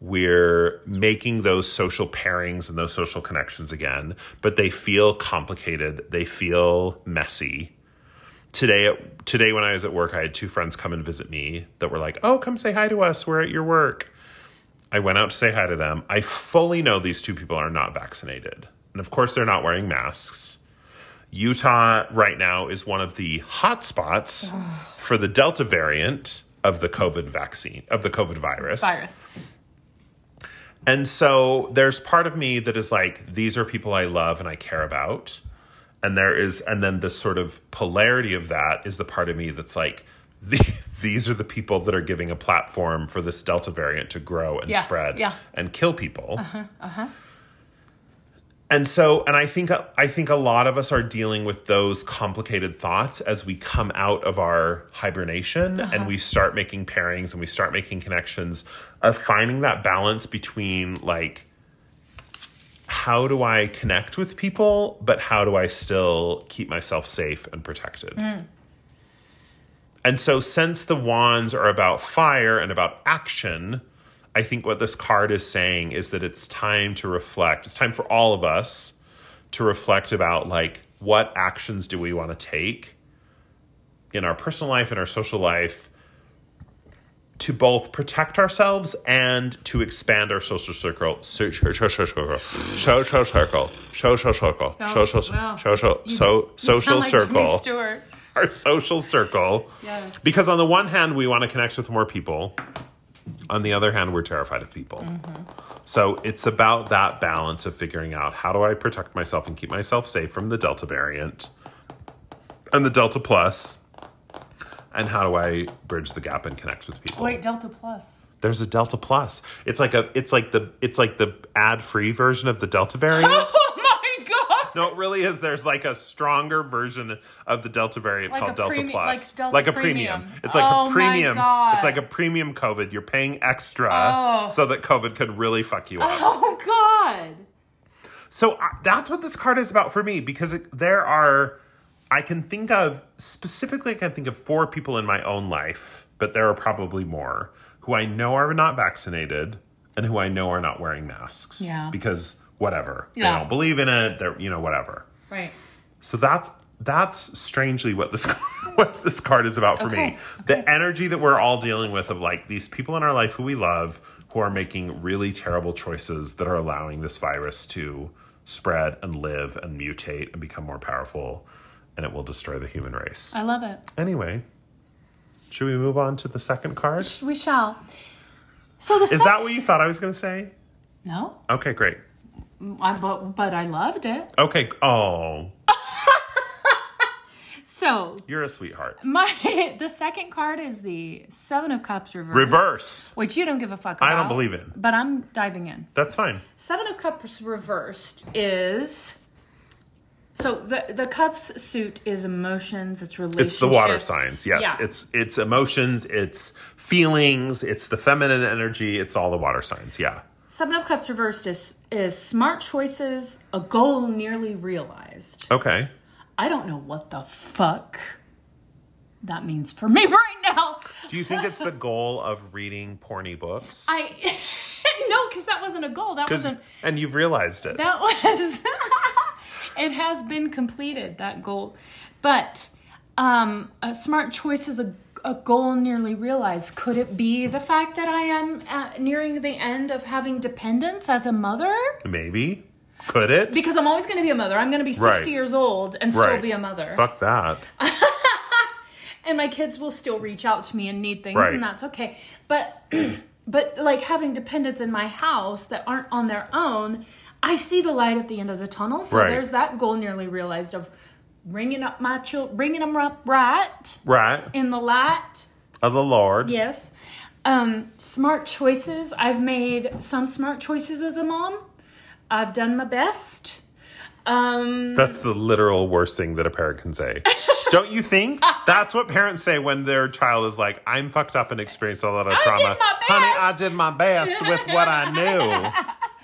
A: We're making those social pairings and those social connections again, but they feel complicated. They feel messy today today when I was at work, I had two friends come and visit me that were like, "Oh, come say hi to us. We're at your work." I went out to say hi to them. I fully know these two people are not vaccinated. And of course, they're not wearing masks. Utah right now is one of the hot spots for the Delta variant of the COVID vaccine, of the COVID
B: Virus.
A: and so there's part of me that is like, these are people I love and I care about. And there is, and then the sort of polarity of that is the part of me that's like, the- these are the people that are giving a platform for this Delta variant to grow and
B: Yeah,
A: spread
B: yeah. Uh-huh.
A: and kill people. And so, and I think I think a lot of us are dealing with those complicated thoughts as we come out of our hibernation and we start making pairings and we start making connections of finding that balance between like how do I connect with people, but how do I still keep myself safe and protected? And so, since the wands are about fire and about action, I think what this card is saying is that it's time to reflect. It's time for all of us to reflect about like what actions do we want to take in our personal life and our social life to both protect ourselves and to expand our social circle. Social circle. Social circle. Social circle. Social
B: wow.
A: social so
B: Oh, You
A: social
B: sound like Jimmy
A: circle
B: Stewart.
A: our social circle.
B: Yes.
A: Because on the one hand, we want to connect with more people. On the other hand, we're terrified of people. So it's about that balance of figuring out how do I protect myself and keep myself safe from the Delta variant and the Delta Plus, and how do I bridge the gap and connect with people?
B: Wait, Delta Plus.
A: There's a Delta Plus. It's like a it's like the it's like the ad free version of the Delta variant.
B: Oh my god!
A: No, it really is. There's like a stronger version of the Delta variant
B: Like
A: called
B: a
A: Delta
B: premi-
A: Plus.
B: like Delta
A: a
B: Premium.
A: premium. It's like
B: Oh my
A: a premium.
B: God.
A: It's like a premium COVID. You're paying extra
B: Oh.
A: so that COVID could really fuck you up.
B: Oh god!
A: So I, that's what this card is about for me because it, there are, I can think of specifically, I can think of four people in my own life, but there are probably more who I know are not vaccinated and who I know are not wearing masks.
B: Yeah.
A: Because whatever.
B: Yeah.
A: They don't believe in it. They're, you know, whatever.
B: Right.
A: So that's that's strangely what this what this card is about for
B: Okay,
A: me. The energy that we're all dealing with of like these people in our life who we love who are making really terrible choices that are allowing this virus to spread and live and mutate and become more powerful and it will destroy the human race.
B: I love it.
A: Anyway, should we move on to the second card?
B: We shall. So the
A: Is that what you thought I was going to say?
B: no?
A: Okay, great.
B: I, but but I loved it.
A: Okay, oh,
B: So
A: you're a sweetheart.
B: my the second card is the Seven of Cups reversed.
A: Reversed.
B: Which you don't give a fuck about.
A: I don't believe it.
B: But I'm diving in.
A: That's fine.
B: Seven of Cups reversed is so the the cups suit is emotions, it's relationships.
A: it's the water signs yes
B: Yeah.
A: it's it's emotions it's feelings it's the feminine energy it's all the water signs yeah
B: Seven of Cups reversed is is smart choices, a goal nearly realized.
A: okay
B: I don't know what the fuck that means for me right now.
A: do you think it's the goal of reading porny books
B: I no, because that wasn't a goal. That
A: 'Cause-
B: wasn't
A: and you've realized it
B: That was. it has been completed, that goal. But um, a smart choice is a, a goal nearly realized. Could it be the fact that I am uh, nearing the end of having dependence as a mother?
A: maybe could it
B: Because I'm always going to be a mother. I'm going to be 60
A: Right.
B: years old and still
A: Right.
B: be a mother.
A: fuck that
B: And my kids will still reach out to me and need things,
A: Right.
B: and that's okay. But. But like having dependents in my house that aren't on their own, I see the light at the end of the tunnel. So
A: Right.
B: there's that goal nearly realized of bringing up my children, bringing them up right
A: right
B: in the light.
A: of the lord
B: Yes, um, smart choices. I've made some smart choices as a mom. I've done my best. Um,
A: that's the literal worst thing that a parent can say Don't you think? That's what parents say when their child is like, I'm fucked up and experienced a lot of
B: did
A: trauma.
B: my
A: Honey, I
B: best."
A: did my best with what I knew.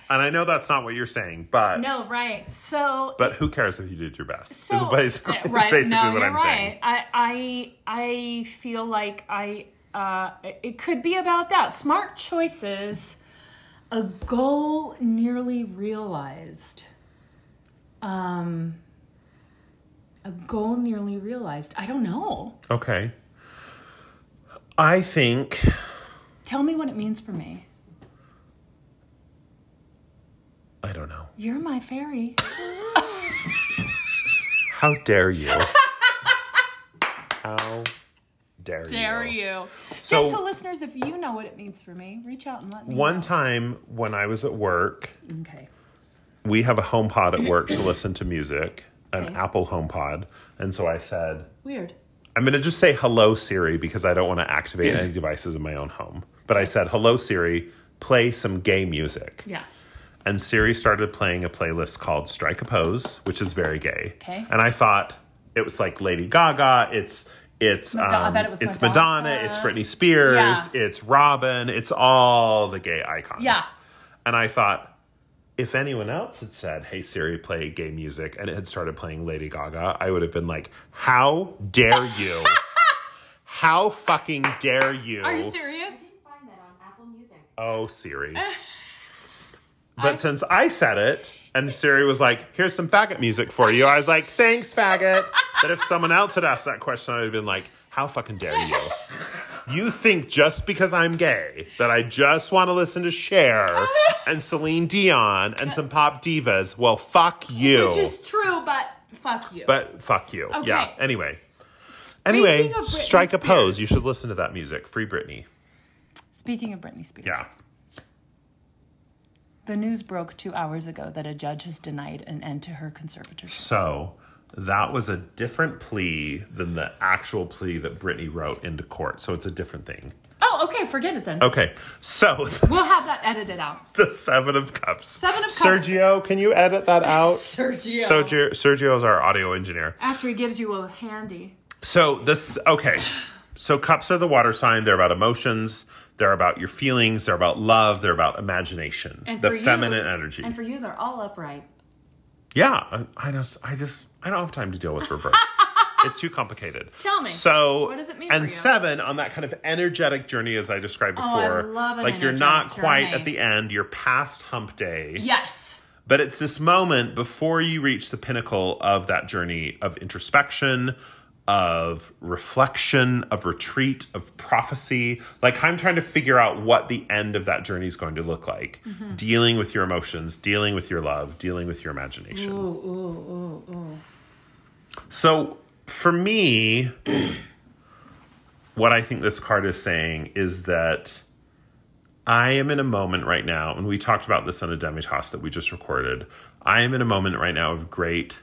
A: And I know that's not what you're saying, but
B: no, right. So
A: But who cares if you did your best?
B: So,
A: is basically,
B: uh,
A: is
B: right,
A: basically
B: no,
A: what
B: you're
A: I'm
B: right.
A: saying.
B: I, I I feel like I uh, it could be about that smart choices, a goal nearly realized. Um, a goal nearly realized. I don't know.
A: Okay. I think
B: Tell me what it means for me.
A: I don't know.
B: You're my fairy.
A: How dare you? How dare,
B: Dare
A: you?
B: you?
A: So-
B: Gentle listeners, if you know what it means for me, reach out and let me.
A: One time when I was at work,
B: know. Okay.
A: we have a home pod at work to listen to music, an
B: Okay.
A: Apple home pod. And so I said,
B: Weird.
A: I'm going to just say hello, Siri, because I don't want to activate any devices in my own home. But I said, hello, Siri, play some gay music.
B: Yeah.
A: and Siri started playing a playlist called Strike a Pose, which is very gay.
B: Okay.
A: And I thought it was like Lady Gaga, it's it's
B: Madonna- I
A: um,
B: bet it was
A: it's
B: Madonna.
A: Madonna, it's Britney Spears,
B: Yeah.
A: it's Robin, it's all the gay icons.
B: Yeah.
A: And I thought if anyone else had said, "Hey Siri, play gay music," and it had started playing Lady Gaga, I would have been like, "How dare you?" How fucking dare you?
B: Are you serious?
F: Find that on Apple Music.
A: Oh, Siri. But since I said it, and Siri was like, here's some faggot music for you, I was like, thanks, faggot. But if someone else had asked that question, I would have been like, how fucking dare you? You think just because I'm gay that I just want to listen to Cher and Celine Dion and some pop divas? Well, fuck you.
B: Which is true, but fuck you.
A: But fuck you.
B: Okay.
A: Yeah. Anyway. Anyway,
B: of Britney
A: strike a pose.
B: Spears.
A: You should listen to that music. Free Britney.
B: Speaking of Britney Spears,
A: Yeah.
B: the news broke two hours ago that a judge has denied an end to her conservatorship.
A: So that was a different plea than the actual plea that Brittany wrote into court. So it's a different thing.
B: Oh, okay, forget it then.
A: Okay. So
B: We'll have that edited out.
A: the Seven of Cups.
B: Seven of Cups.
A: Sergio, can you edit that out?
B: Sergio.
A: Sergio, Sergio is our audio engineer.
B: After he gives you a handy.
A: So this okay. So cups are the water sign. They're about emotions. They're about your feelings. They're about love. They're about imagination.
B: And
A: the
B: for you-
A: feminine energy.
B: And for you, they're all upright.
A: yeah, I I just, I just, I don't have time to deal with reverse. it's too complicated.
B: Tell me.
A: So
B: What does it mean
A: And
B: for you?
A: seven on that kind of energetic journey, as I described
B: Oh, I
A: before.
B: love an
A: like you're
B: energetic
A: not quite
B: journey.
A: at the end. You're past hump day.
B: Yes.
A: But it's this moment before you reach the pinnacle of that journey of introspection, of reflection, of retreat, of prophecy. Like, I'm trying to figure out what the end of that journey is going to look like.
B: Mm-hmm.
A: Dealing with your emotions, dealing with your love, dealing with your imagination.
B: Ooh, ooh, ooh, ooh.
A: So for me, what I think this card is saying is that I am in a moment right now, and we talked about this on a demitas that we just recorded. I am in a moment right now of great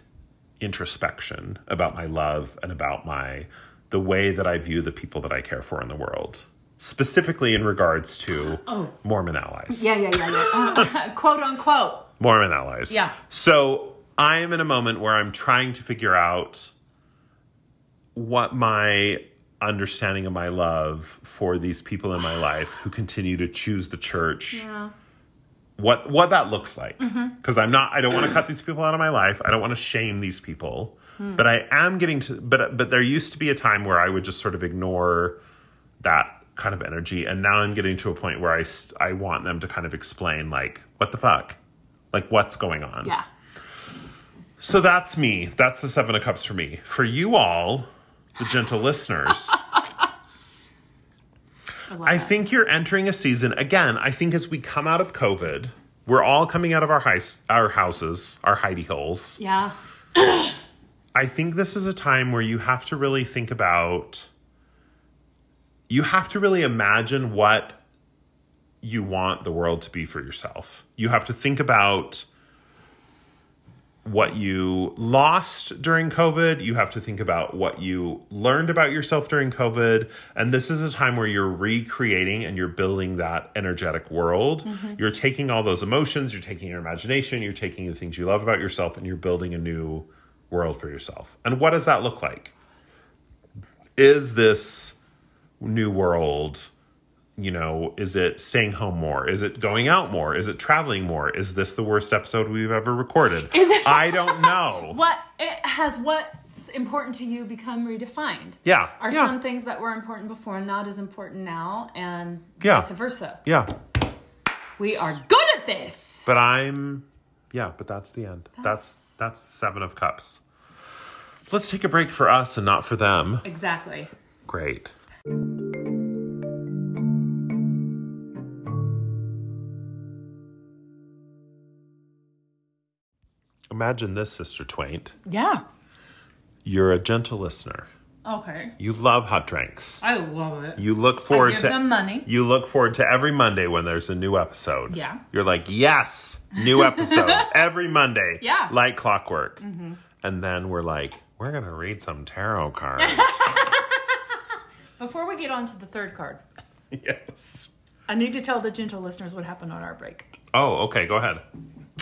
A: introspection about my love and about my the way that I view the people that I care for in the world, specifically in regards to Mormon allies.
B: Yeah, yeah, yeah, yeah. Uh, quote unquote.
A: Mormon allies.
B: Yeah.
A: So I am in a moment where I'm trying to figure out what my understanding of my love for these people in my life who continue to choose the church. What what that looks like. Because I'm not I don't want to cut these people out of my life. I don't want to shame these people. But I am getting to but but there used to be a time where I would just sort of ignore that kind of energy and now i'm getting to a point where i s- I want them to kind of explain like what the fuck like what's going on
B: Yeah.
A: so that's me that's the seven of cups for me for you all the gentle listeners i think you're entering a season again i think as we come out of covid we're all coming out of our heis- our houses our hidey holes
B: Yeah.
A: I think this is a time where you have to really think about you have to really imagine what you want the world to be for yourself. You have to think about what you lost during COVID. You have to think about what you learned about yourself during COVID. And this is a time where you're recreating and you're building that energetic world.
B: Mm-hmm.
A: You're taking all those emotions, you're taking your imagination, you're taking the things you love about yourself, and you're building a new world for yourself. And what does that look like? Is this new world? you know, is it staying home more? Is it going out more? Is it traveling more? Is this the worst episode we've ever recorded?
B: Is it-
A: I don't know.
B: What it has what's important to you become redefined?
A: Yeah.
B: Are
A: yeah.
B: some things that were important before not as important now, and
A: Yeah.
B: vice versa?
A: yeah.
B: We are good at this.
A: But I'm yeah, but that's the end. That's that's the 7 of cups. Let's take a break for us and not for them.
B: Exactly.
A: Great. Imagine this, Sister Twaint.
B: Yeah.
A: You're a gentle listener.
B: Okay.
A: You love hot drinks.
B: I love it.
A: You look forward
B: give
A: to
B: them money.
A: You look forward to every Monday when there's a new episode.
B: Yeah.
A: You're like, yes, new episode every Monday.
B: Yeah. Mm-hmm.
A: Like clockwork. And then we're like, we're gonna read some tarot cards.
B: Before we get on to the third card,
A: yes.
B: I need to tell the gentle listeners what happened on our break.
A: Oh, okay. Go ahead.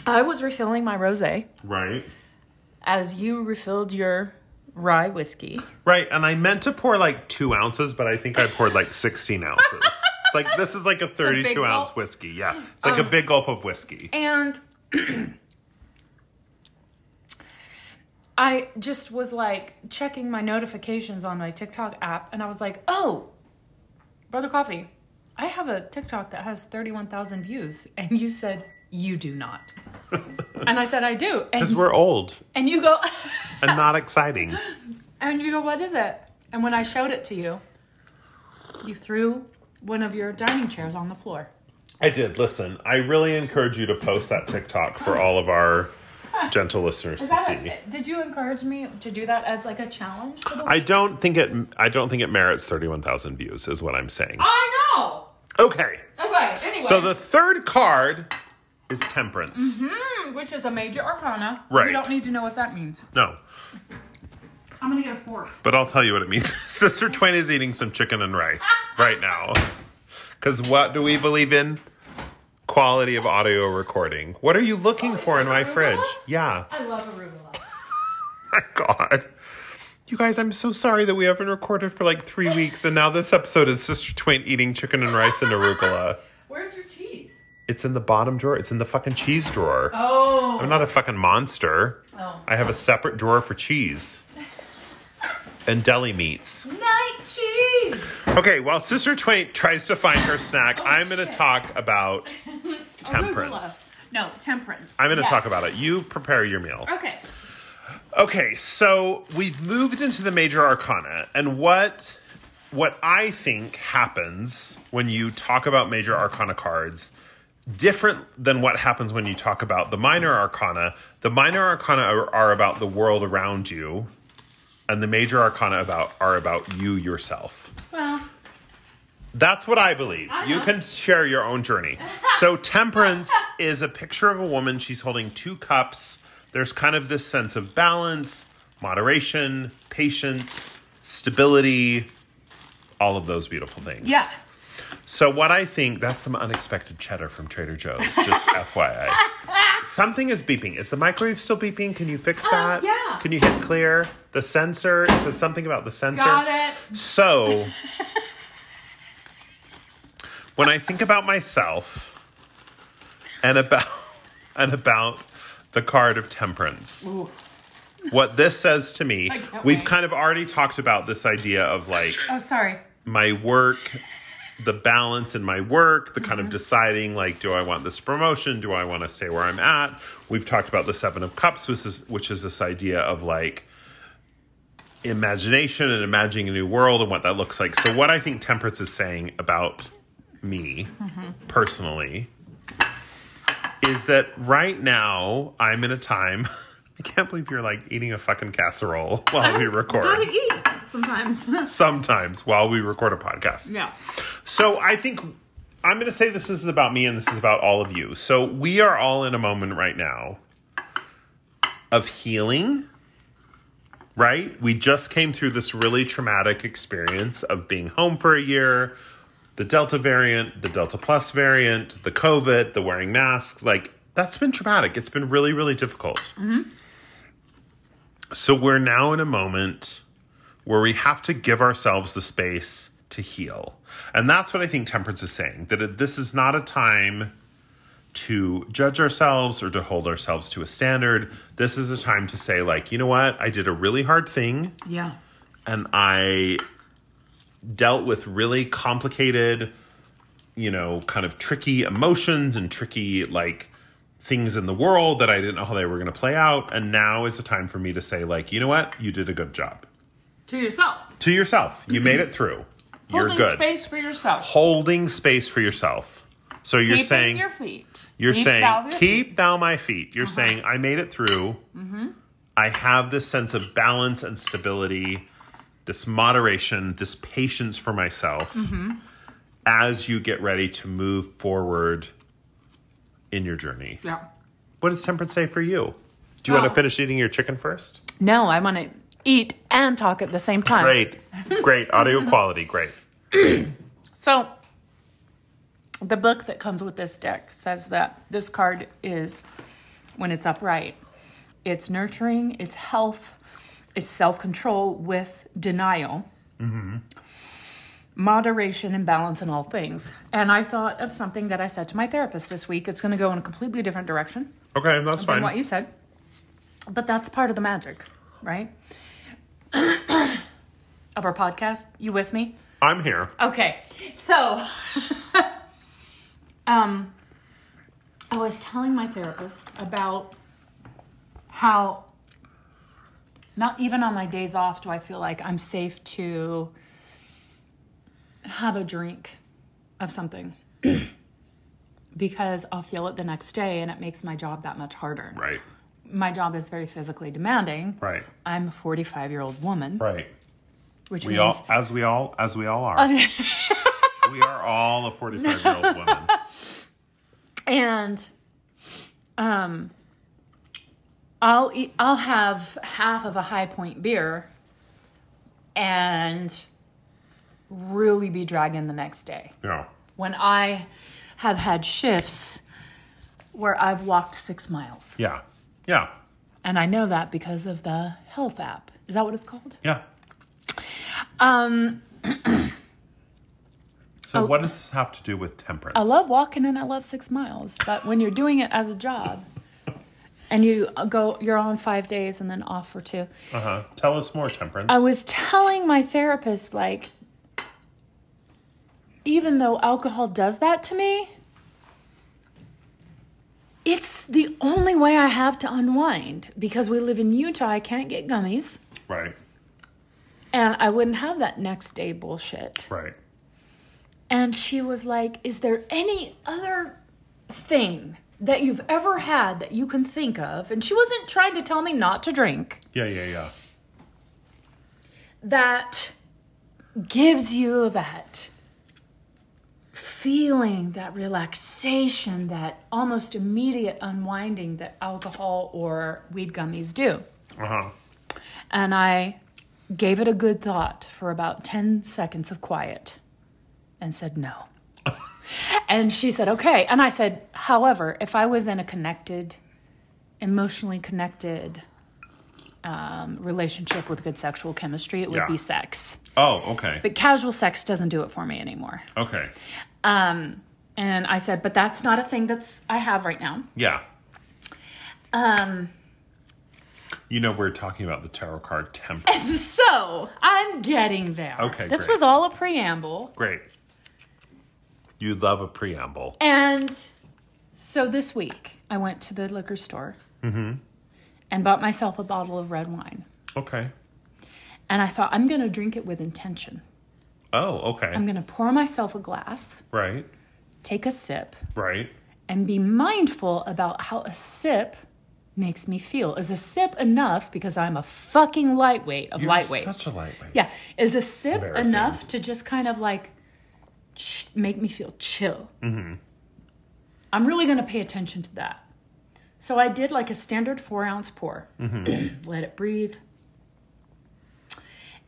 B: I was refilling my rosé
A: Right.
B: as you refilled your rye whiskey.
A: Right. And I meant to pour like two ounces, but I think I poured like sixteen ounces. It's like this is like a
B: big
A: thirty-two ounce
B: gulp. Oh.
A: whiskey. Yeah. It's like a big gulp of whiskey.
B: And I just was like checking my notifications on my TikTok app, and I was like, oh, Brother Coffee, I have a TikTok that has 31,000 views. And you said, you do not. and I said, I do.
A: Because
B: And,
A: we're old
B: and you go,
A: and not exciting.
B: and you go, what is it? And when I showed it to you, you threw one of your dining chairs on the floor.
A: I did. Listen, I really encourage you to post that TikTok for all of our gentle listeners to see.
B: did you encourage me to do that as like a challenge for the
A: I don't think it. I don't think it merits thirty-one thousand views. Is what I'm saying.
B: I know.
A: Okay.
B: Okay, anyway.
A: So the third card is Temperance.
B: Hmm, which is a major arcana.
A: Right.
B: You don't need to know what that means.
A: No,
B: I'm gonna get a fork.
A: but I'll tell you what it means. Sister Twain is eating some chicken and rice right now. Because what do we believe in? Quality of audio recording. What are you looking for in my
B: arugula?
A: fridge? Yeah.
B: I love arugula.
A: my god. You guys, I'm so sorry that we haven't recorded for like three weeks, and now this episode is Sister Twain eating chicken and rice and arugula.
B: Where's your cheese?
A: It's in the bottom drawer. It's in the fucking cheese drawer.
B: Oh.
A: I'm not a fucking monster.
B: Oh.
A: I have a separate drawer for cheese and deli meats.
B: Night cheese.
A: Okay, while Sister Twain tries to find her snack, I'm going to talk about temperance.
B: Arugula. No, temperance.
A: I'm going to
B: Yes.
A: talk about it. You prepare your meal.
B: Okay.
A: Okay, so we've moved into the major arcana, and what what I think happens when you talk about major arcana cards different than what happens when you talk about the minor arcana. The minor arcana are, are about the world around you, and the major arcana about are about you yourself.
B: Well,
A: That's what I believe. You
B: know.
A: can share your own journey. So, temperance is a picture of a woman. She's holding two cups. There's kind of this sense of balance, moderation, patience, stability, all of those beautiful things.
B: yeah.
A: So, what I think that's some unexpected cheddar from Trader Joe's, just FYI. Something is beeping. Is the microwave still beeping? Can you fix that?
B: Uh, yeah.
A: Can you hit clear? The sensor, it says something about the sensor.
B: Got it.
A: So, when I think about myself and about and about the card of temperance,
B: Ooh.
A: what this says to me,
B: I can't
A: we've
B: wait.
A: kind of already talked about this idea of like
B: Oh, sorry.
A: my work, the balance in my work, the kind of deciding like, do I want this promotion? Do I want to stay where I'm at? We've talked about the Seven of Cups, which is which is this idea of like imagination and imagining a new world and what that looks like. So what I think temperance is saying about me personally is that right now I'm in a time I can't believe you're like eating a fucking casserole while we record.
B: Gotta eat sometimes.
A: Sometimes while we record a podcast.
B: yeah.
A: So I think I'm going to say this is about me and this is about all of you. So we are all in a moment right now of healing, right? We just came through this really traumatic experience of being home for a year, the Delta variant, the Delta Plus variant, the COVID, the wearing masks. Like, that's been traumatic. It's been really, really difficult. So we're now in a moment where we have to give ourselves the space to heal. And that's what I think temperance is saying that it, this is not a time to judge ourselves or to hold ourselves to a standard. This is a time to say, like, you know what? I did a really hard thing
B: Yeah.
A: and I dealt with really complicated, you know, kind of tricky emotions and tricky like things in the world that I didn't know how they were going to play out. And now is the time for me to say, like, you know what? You did a good job
B: To yourself.
A: to yourself. You made it through. You're
B: Holding
A: good.
B: space for yourself.
A: Holding space for yourself. So you're
B: Keeping
A: saying
B: your feet. Uh-huh.
A: you're
B: Keep
A: saying
B: thou your feet.
A: keep thou my feet. You're saying I made it through.
B: Mm-hmm.
A: I have this sense of balance and stability, this moderation, this patience for myself.
B: Mm-hmm.
A: As you get ready to move forward in your journey,
B: Yeah.
A: what does temperance say for you? Do you want
B: Oh.
A: to finish eating your chicken first?
B: No, I want to eat and talk at the same time.
A: Great, great audio quality, great.
B: So, the book that comes with this deck says that this card is, when it's upright, it's nurturing, it's health, it's self control with denial, moderation, and balance in all things. And I thought of something that I said to my therapist this week. It's going to go in a completely different direction
A: Okay, that's
B: than
A: fine.
B: what you said, but that's part of the magic. right? of our podcast. You with me?
A: I'm here.
B: Okay. So, um, I was telling my therapist about how not even on my days off do I feel like I'm safe to have a drink of something because I'll feel it the next day and it makes my job that much harder.
A: Right.
B: My job is very physically demanding.
A: Right.
B: I'm a 45 year old woman,
A: Right.
B: which
A: We
B: means
A: all, as we all, as we all are. we are all a 45 year old woman.
B: and um i'll eat, i'll have half of a high point beer and really be dragging the next day
A: Yeah.
B: when i have had shifts where i've walked six miles
A: Yeah. Yeah.
B: and i know that because of the health app is that what it's called
A: Yeah.
B: um
A: So what does this have to do with temperance?
B: Oh. i love walking and i love six miles but when you're doing it as a job and you go you're on five days and then off for two
A: Uh huh. Tell us more, temperance.
B: I was telling my therapist, like, even though alcohol does that to me, it's the only way I have to unwind because we live in Utah. I can't get gummies,
A: right.
B: and I wouldn't have that next day bullshit.
A: Right.
B: And she was like, Is there any other thing that you've ever had that you can think of? And she wasn't trying to tell me not to drink.
A: Yeah. Yeah. Yeah.
B: that gives you that feeling, that relaxation, that almost immediate unwinding that alcohol or weed gummies do.
A: Uh huh.
B: And I gave it a good thought for about 10 seconds of quiet and said no. and she said, okay. And I said, however, if I was in a connected, emotionally connected um, relationship with good sexual chemistry, it would
A: Yeah.
B: be sex.
A: Oh. Okay.
B: But casual sex doesn't do it for me anymore.
A: Okay.
B: Um, and I said, but that's not a thing that's I have right now.
A: Yeah.
B: Um,
A: You know we're talking about the tarot card temperance.
B: so I'm getting there.
A: Okay,
B: This
A: great.
B: was all a preamble.
A: Great. You love a preamble.
B: And so this week, I went to the liquor store
A: Mm-hmm.
B: and bought myself a bottle of red wine.
A: Okay.
B: And I thought, I'm going to drink it with intention.
A: Oh. Okay.
B: I'm going to pour myself a glass,
A: right.
B: take a sip,
A: Right.
B: and be mindful about how a sip makes me feel. Is a sip enough? Because I'm a fucking lightweight of
A: You're
B: lightweights.
A: Such a lightweight.
B: yeah. Is a sip
A: Embarrassing.
B: enough to just kind of like ch- make me feel chill? Mm-hmm. I'm really going to pay attention to that. So I did like a standard four ounce pour,
A: Mm-hmm.
B: let it breathe.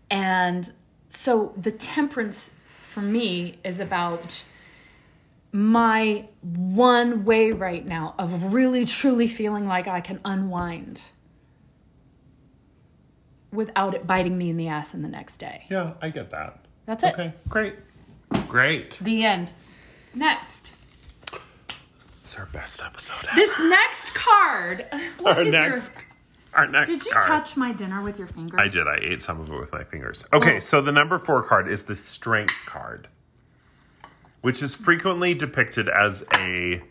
B: And so the temperance for me is about my one way right now of really truly feeling like I can unwind without it biting me in the ass in the next day.
A: Yeah. I get that.
B: That's it.
A: Okay. Great. Great.
B: The end. Next.
A: It's our best episode ever.
B: This next card. What
A: Our
B: is your-
A: next. Our next
B: did you
A: card.
B: touch my dinner with your fingers?
A: I did. I ate some of it with my fingers. Okay,
B: Oh.
A: so the number four card is the strength card, which is frequently depicted as a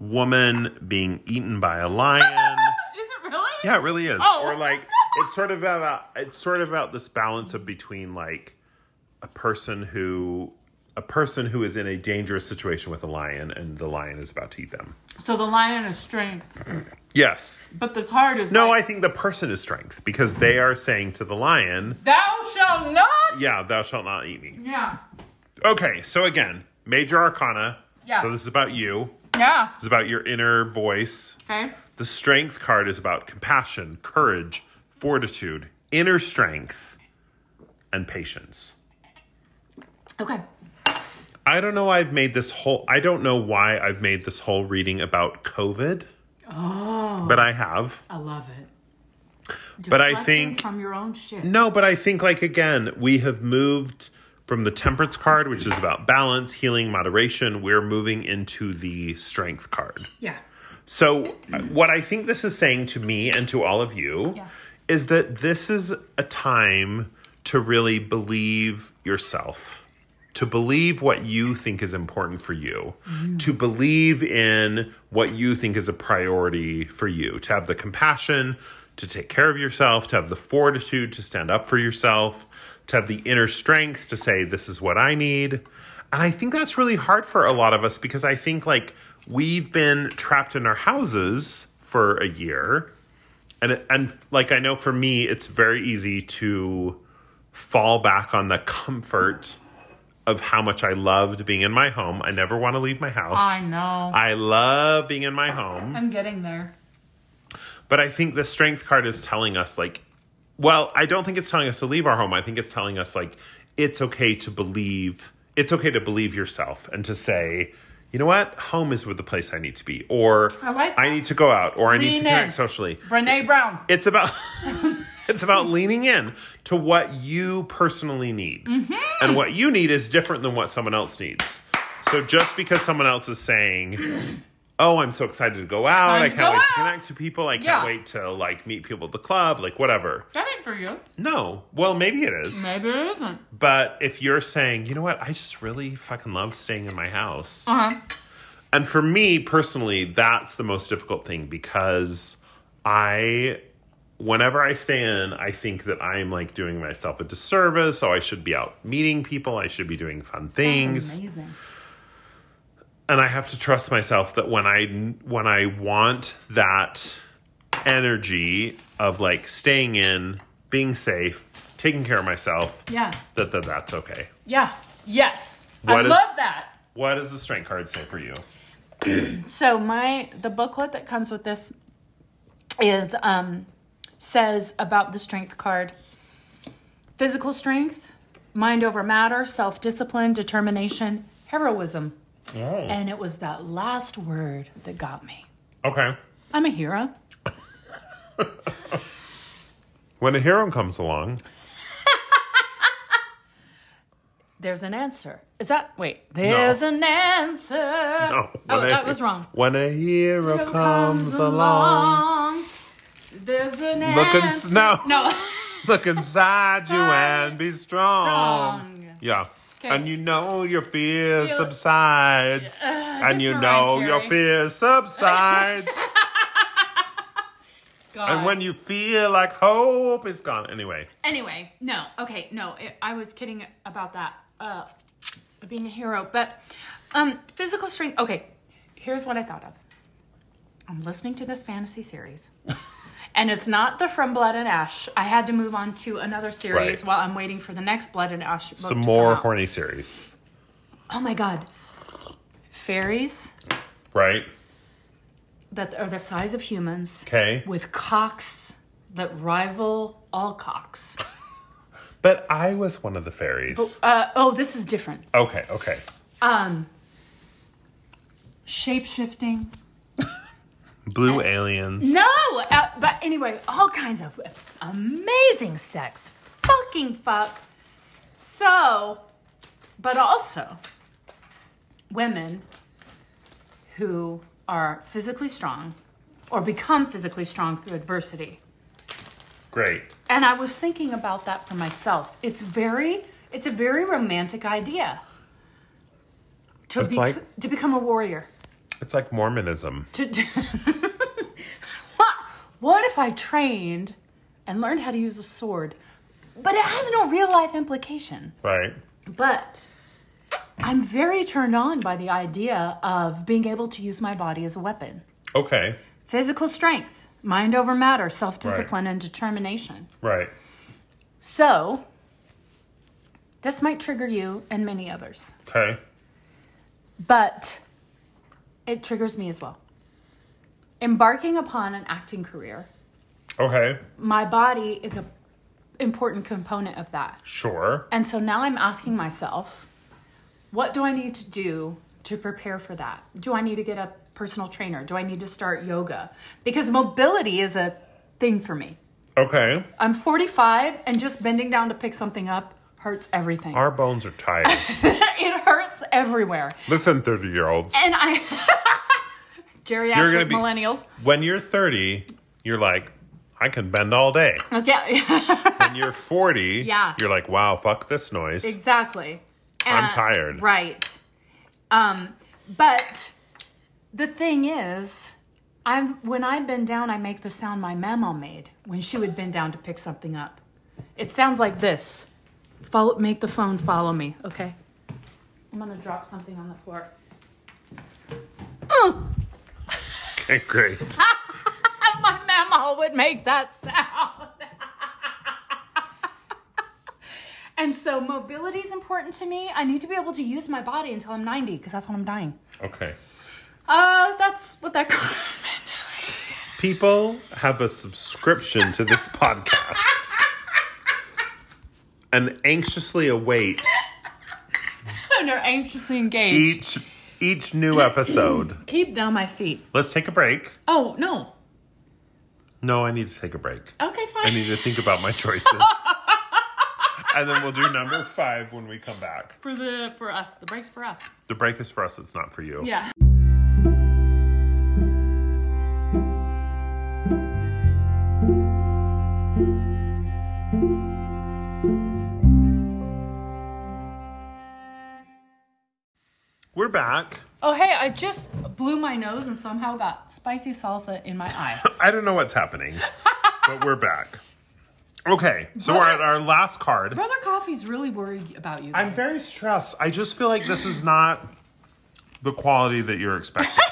A: woman being eaten by a lion.
B: Is it really?
A: yeah, it really is.
B: Oh.
A: Or like it's sort of about it's sort of about this balance of between like a person who a person who is in a dangerous situation with a lion and the lion is about to eat them.
B: So the lion is strength,
A: Yes.
B: but the card is
A: No,
B: like,
A: I think the person is strength because they are saying to the lion,
B: thou shall not.
A: "Yeah, thou shalt not eat me."
B: Yeah.
A: Okay, so again, major arcana.
B: Yeah.
A: So this is about you.
B: Yeah.
A: It's about your inner voice.
B: Okay.
A: The strength card is about compassion, courage, fortitude, inner strength, and patience.
B: Okay.
A: I don't know why I've made this whole I don't know why I've made this whole reading about COVID. Oh. But I have.
B: I love it.
A: But I
B: Reflecting
A: think
B: from your own shit.
A: No, but I think like again, we have moved from the temperance card, which is about balance, healing, moderation, we're moving into the strength card.
B: Yeah.
A: So, what I think this is saying to me and to all of you
B: Yeah.
A: is that this is a time to really believe yourself, to believe what you think is important for you, to believe in what you think is a priority for you, to have the compassion to take care of yourself, to have the fortitude to stand up for yourself, to have the inner strength to say, This is what I need. And I think that's really hard for a lot of us because I think like we've been trapped in our houses for a year and and like I know for me, it's very easy to fall back on the comfort of how much I loved being in my home. I never want to leave my house.
B: I know.
A: I love being in my home,
B: I'm getting there.
A: but I think the strength card is telling us like, well, I don't think it's telling us to leave our home. I think it's telling us like it's okay to believe. It's okay to believe yourself and to say. You know what? Home is with the place I need to be, or
B: I like that.
A: need to go out, or I need to
B: Lean
A: connect
B: in.
A: socially.
B: Brene Brown.
A: It's about it's about leaning in to what you personally need.
B: Mm-hmm.
A: And what you need is different than what someone else needs. So just because someone else is saying, "Oh, I'm so excited to go out.
B: Time
A: I
B: to
A: can't
B: go
A: wait to
B: out."
A: connect to people. I can't
B: Yeah.
A: wait to like meet people at the club, like whatever."
B: That ain't for you.
A: No. Well, maybe it is.
B: Maybe it isn't.
A: But if you're saying, "You know what? I just really fucking love staying in my house."
B: Uh huh.
A: And for me personally, that's the most difficult thing because I, whenever I stay in, I think that I'm like doing myself a disservice. So I should be out meeting people, I should be doing fun things.
B: Amazing.
A: And I have to trust myself that when I when I want that energy of like staying in, being safe, taking care of myself,
B: Yeah.
A: that, that that's okay.
B: Yeah. Yes. I
A: What is-
B: love that.
A: What does the strength card say for you?
B: So my the booklet that comes with this is um says about the strength card. Physical strength, mind over matter, self-discipline, determination, heroism. And it was that last word that got me.
A: Okay.
B: I'm a hero.
A: When a hero comes along,
B: There's an answer. Is that wait, there's an answer.
A: Oh,
B: Oh,
A: when a-
B: that was wrong.
A: When a hero comes,
B: Comes
A: along,
B: along. There's an
A: Look and
B: answer.
A: no.
B: No.
A: look inside you
B: Strong.
A: and be strong.
B: Strong.
A: Yeah.
B: 'Kay.
A: And you know your fear
B: Feel- Uh,
A: subsides. and
B: this
A: you
B: Mariah
A: know your
B: Carey?
A: fear subsides.
B: God.
A: and when you feel like hope is gone. Anyway,
B: Anyway, no. Okay, no. It, I was kidding about that. Uh, being a hero, but um, physical strength. Okay, here's what I thought of. I'm listening to this fantasy series, and it's not the From Blood and Ash. I had to move on to another series
A: Right.
B: while I'm waiting for the next Blood and Ash. Book
A: some
B: to
A: more
B: come out.
A: horny series,
B: Oh my God, fairies
A: right?
B: that are the size of humans
A: Okay.
B: with cocks that rival all cocks.
A: But I was one of the fairies.
B: Uh, oh, this is different.
A: Okay, okay.
B: Um, shape shifting.
A: Blue aliens.
B: No, uh, but anyway, all kinds of amazing sex. Fucking fuck. So, but also women who are physically strong or become physically strong through adversity.
A: Great.
B: And I was thinking about that for myself. It's very, it's a very romantic idea to,
A: It's
B: bec-
A: like-
B: to become a warrior.
A: It's like Mormonism.
B: to do. what, what if I trained and learned how to use a sword? But it has no real life implication.
A: Right.
B: But I'm very turned on by the idea of being able to use my body as a weapon.
A: Okay.
B: Physical strength, mind over matter, self discipline, and determination.
A: Right.
B: So, this might trigger you and many others,
A: Okay.
B: but it triggers me as well. Embarking upon an acting career
A: Okay.
B: my body is a important component of that.
A: Sure.
B: And so now I'm asking myself, what do I need to do to prepare for that? Do I need to get a personal trainer? Do I need to start yoga? Because mobility is a thing for me.
A: Okay.
B: I'm 45 and just bending down to pick something up hurts everything.
A: Our bones are tired.
B: it hurts everywhere.
A: Listen, 30 year olds.
B: And I
A: You're gonna
B: geriatric
A: be-
B: millennials,
A: When you're 30, you're like, I can bend all day.
B: Okay.
A: When you're 40,
B: Yeah.
A: you're like, wow, fuck this noise.
B: exactly.
A: I'm
B: Uh,
A: tired.
B: Right. Um, but the thing is, I'm when I bend down, I make the sound my mama made when she would bend down to pick something up. It sounds like this. Follow, make the phone follow me. Okay. I'm gonna drop something on the floor. Ugh.
A: Okay, great.
B: my mama would make that sound. and so mobility is important to me. I need to be able to use my body until I'm 90 because that's when I'm dying.
A: Okay.
B: Uh, that's what that.
A: People have a subscription to this podcast and anxiously await
B: and are anxiously engaged.
A: each each new episode.
B: Keep down my feet.
A: Let's take a break.
B: Oh no.
A: No, I need to take a break.
B: Okay, fine.
A: I need to think about my choices. and then we'll do number five when we come back.
B: for the for us. The break's for us.
A: The break is for us, it's not for you.
B: Yeah.
A: We're back.
B: Oh hey, I just blew my nose and somehow got spicy salsa in my eye.
A: I don't know what's happening, but we're back. Okay, so we're at our last card.
B: Brother Coffee's really worried about you.
A: I'm
B: guys.
A: very stressed. I just feel like this is not the quality that you're expecting.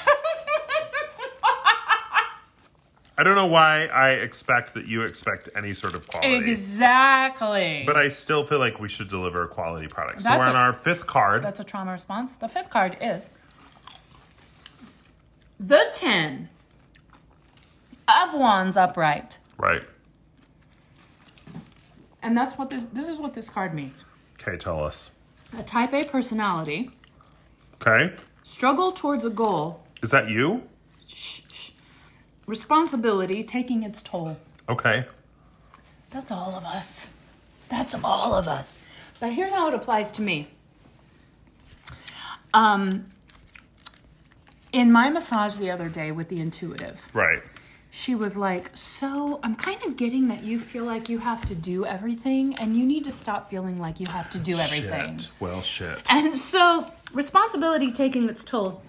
A: I don't know why I expect that you expect any sort of quality.
B: Exactly.
A: But I still feel like we should deliver a quality product. So
B: That's
A: we're
B: a-
A: on our fifth card.
B: That's a trauma response. The fifth card is the ten of wands upright,
A: Right.
B: and that's what this. This is what this card means.
A: Okay, tell us.
B: A Type A personality
A: Okay.
B: struggle towards a goal.
A: Is that you?
B: Shh, shh. Responsibility taking its toll.
A: Okay.
B: That's all of us. That's all of us. But here's how it applies to me. Um, in my massage the other day with the intuitive,
A: Right.
B: she was like, So I'm kind of getting that you feel like you have to do everything and you need to stop feeling like you have to do everything.
A: Shit. Well, shit.
B: And so, responsibility taking its toll.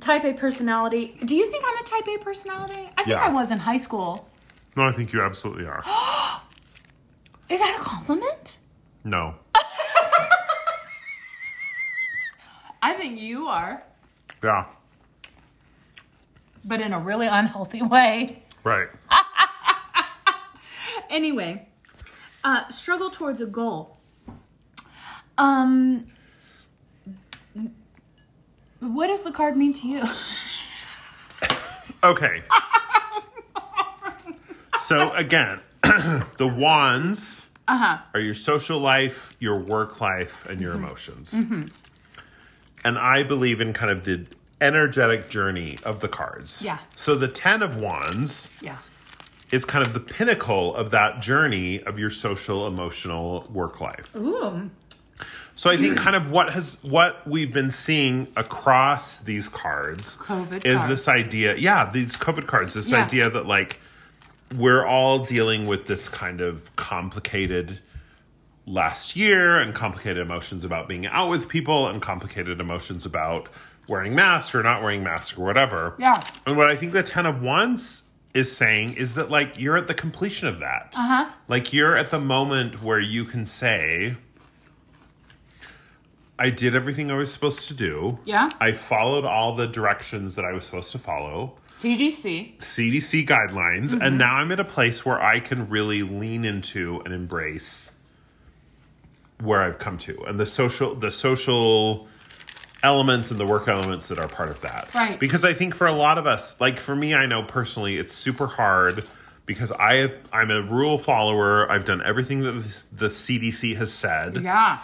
B: Type A personality. Do you think I'm a type A personality? I think
A: Yeah.
B: I was in high school.
A: No, I think you absolutely are.
B: Is that a compliment?
A: No.
B: I think you are,
A: Yeah.
B: but in a really unhealthy way.
A: Right.
B: Anyway, uh, struggle towards a goal. Um, what does the card mean to you?
A: Okay. so again, the wands are your social life, your work life, and your emotions. And I believe in kind of the energetic journey of the cards.
B: Yeah.
A: So the 10 of wands
B: yeah.
A: is kind of the pinnacle of that journey of your social, emotional work life.
B: Ooh.
A: So I think kind of what has what we've been seeing across these cards
B: COVID
A: is
B: cards.
A: this idea, yeah, these COVID cards, this
B: Yeah.
A: idea that like we're all dealing with this kind of complicated last year and complicated emotions about being out with people and complicated emotions about wearing masks or not wearing masks or whatever.
B: Yeah.
A: And what I think the 10 of wands is saying is that like you're at the completion of that. Uh-huh. Like you're at the moment where you can say I did everything I was supposed to do.
B: Yeah.
A: I followed all the directions that I was supposed to follow.
B: CGC.
A: CDC guidelines, and now I'm at a place where I can really lean into and embrace where I've come to and the social the social elements and the work elements that are part of that.
B: Right.
A: Because I think for a lot of us, like for me, I know personally, it's super hard because I I'm a rule follower. I've done everything that the CDC has said.
B: Yeah.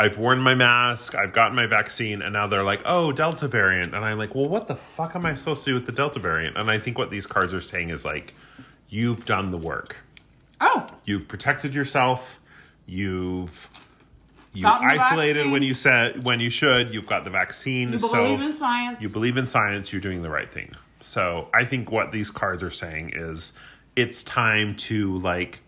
A: I've worn my mask, I've gotten my vaccine, and now they're like, oh, Delta variant. And I'm like, well, what the fuck am I supposed to do with the Delta variant? And I think what these cards are saying is like, you've done the work.
B: Oh.
A: You've protected yourself. You've you
B: Gotten the
A: isolated
B: vaccine.
A: when you said when you should. You've got the vaccine.
B: You
A: so
B: believe in science.
A: you believe in science, you're doing the right thing. So I think what these cards are saying is it's time to like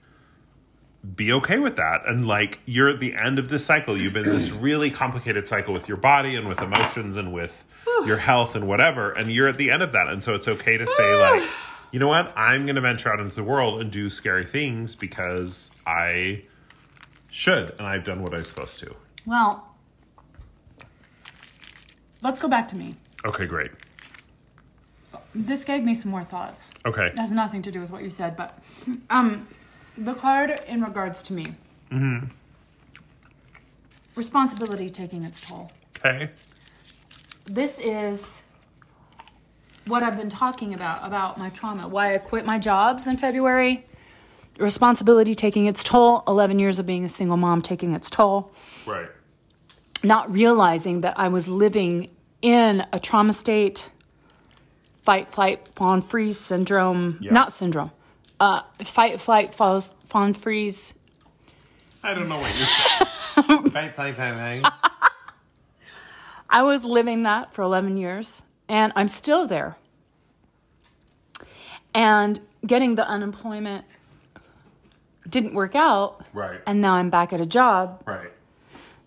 A: be okay with that and like you're at the end of this cycle you've been in this really complicated cycle with your body and with emotions and with your health and whatever and you're at the end of that and so it's okay to say like you know what i'm going to venture out into the world and do scary things because i should and i've done what i'm supposed to
F: Well, let's go back to me.
A: okay great
F: This gave me some more thoughts.
A: okay
F: It has nothing to do with what you said, but um, the card in regards to me. Mm-hmm. Responsibility taking its toll.
A: okay
F: This is what I've been talking about about my trauma. Why I quit my jobs in February. Responsibility taking its toll. Eleven years of being a single mom taking its toll.
A: right
F: not realizing that I was living in a trauma state, fight, flight, fawn, freeze syndrome, not syndrome, uh, fight, flight, falls, fawn, freeze.
A: i don't know what you're saying Bang, bang, bang, bang.
F: I was living that for 11 years and I'm still there. And getting the unemployment didn't work out.
A: right
F: And now I'm back at a job
A: right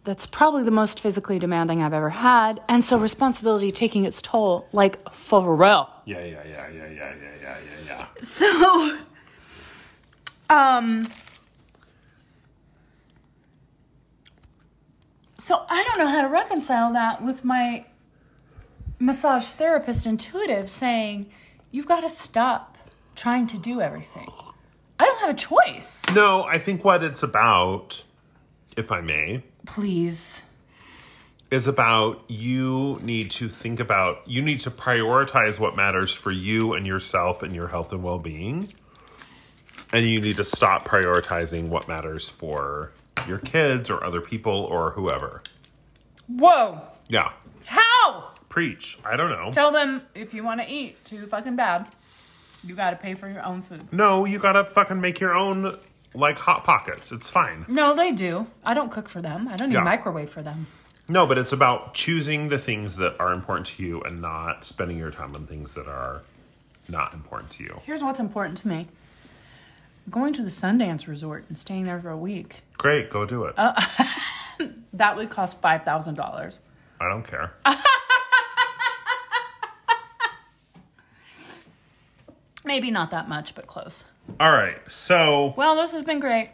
F: that's probably the most physically demanding I've ever had. And so responsibility taking its toll, like for real.
A: yeah yeah yeah yeah yeah yeah yeah yeah yeah
F: So, um, so I don't know how to reconcile that with my massage therapist intuitive saying, you've got to stop trying to do everything. I don't have a choice.
A: No, I think what it's about, if I may,
F: Please.
A: is about you need to think about, you need to prioritize what matters for you and yourself and your health and well being. And you need to stop prioritizing what matters for your kids or other people or whoever.
F: Whoa.
A: Yeah.
F: How?
A: Preach. I don't know.
F: Tell them if you want to eat too fucking bad, you got to pay for your own food.
A: No, you gotta fucking make your own, like, Hot Pockets. It's fine.
F: No, they do. I don't cook for them. I don't
A: Yeah.
F: even microwave for them.
A: No, but it's about choosing the things that are important to you and not spending your time on things that are not important to you.
F: Here's what's important to me going to the Sundance Resort and staying there for a week.
A: Great, go do it.
F: That would cost $5,000.
A: I don't care.
F: Maybe not that much, but close.
A: All right, so
F: Well, this has been great.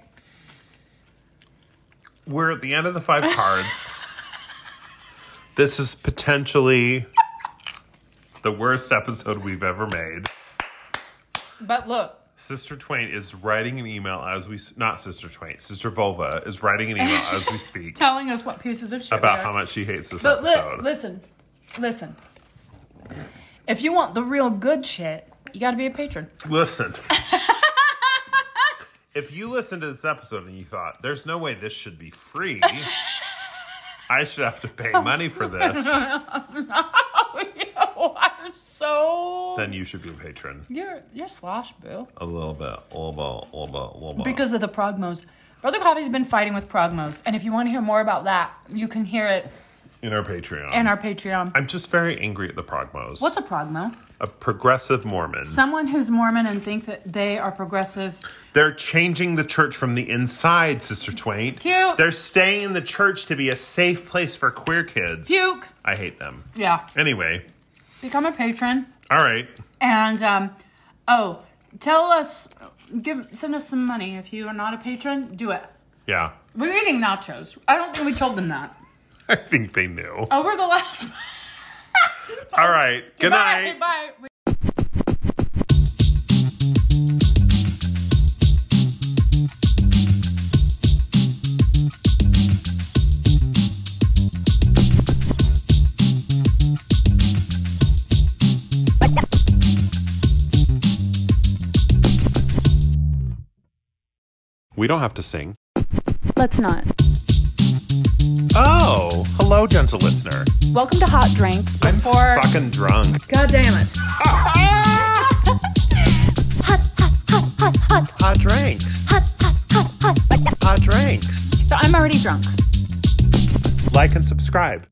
A: we're at the end of the five cards. this is potentially the worst episode we've ever made.
F: But look,
A: Sister Twain is writing an email as we s- not Sister Twain, Sister Volva is writing an email as we speak
F: telling us what pieces of shit
A: about
F: we are.
A: how much she hates this
F: But
A: episode.
F: look, listen, listen. If you want the real good shit, you got to be a patron.
A: Listen. if you listened to this episode and you thought, there's no way this should be free, I should have to pay money for this,
F: Oh, you are so
A: then you should be a patron.
F: you're you're slosh, boo.
A: A little bit, a little bit, a little bit, a little bit.
F: because of the progmos. Brother Coffee's been fighting with progmos, and if you want to hear more about that, you can hear it
A: in our Patreon.
F: in our Patreon.
A: I'm just very angry at the progmos.
F: What's a progmo?
A: a progressive Mormon?
F: Someone who's Mormon and think that they are progressive.
A: They're changing the church from the inside, Sister Twain.
F: Cute.
A: They're staying in the church to be a safe place for queer kids.
F: Puke.
A: I hate them.
F: Yeah,
A: Anyway,
F: become a patron,
A: all right.
F: and um, oh, tell us, give send us some money if you are not a patron. Do it.
A: Yeah.
F: We're eating nachos. I don't think we told them that
A: I think they knew.
F: over the last.
A: All right. Good
F: Bye.
A: night.
F: Bye.
A: We don't have to sing.
F: Let's not.
A: Oh, hello, gentle listener.
F: Welcome to Hot Drinks.
A: I'm
F: Before,
A: fucking drunk.
F: God damn it.
A: Hot drinks. Hot drinks.
F: So I'm already drunk.
A: Like and subscribe.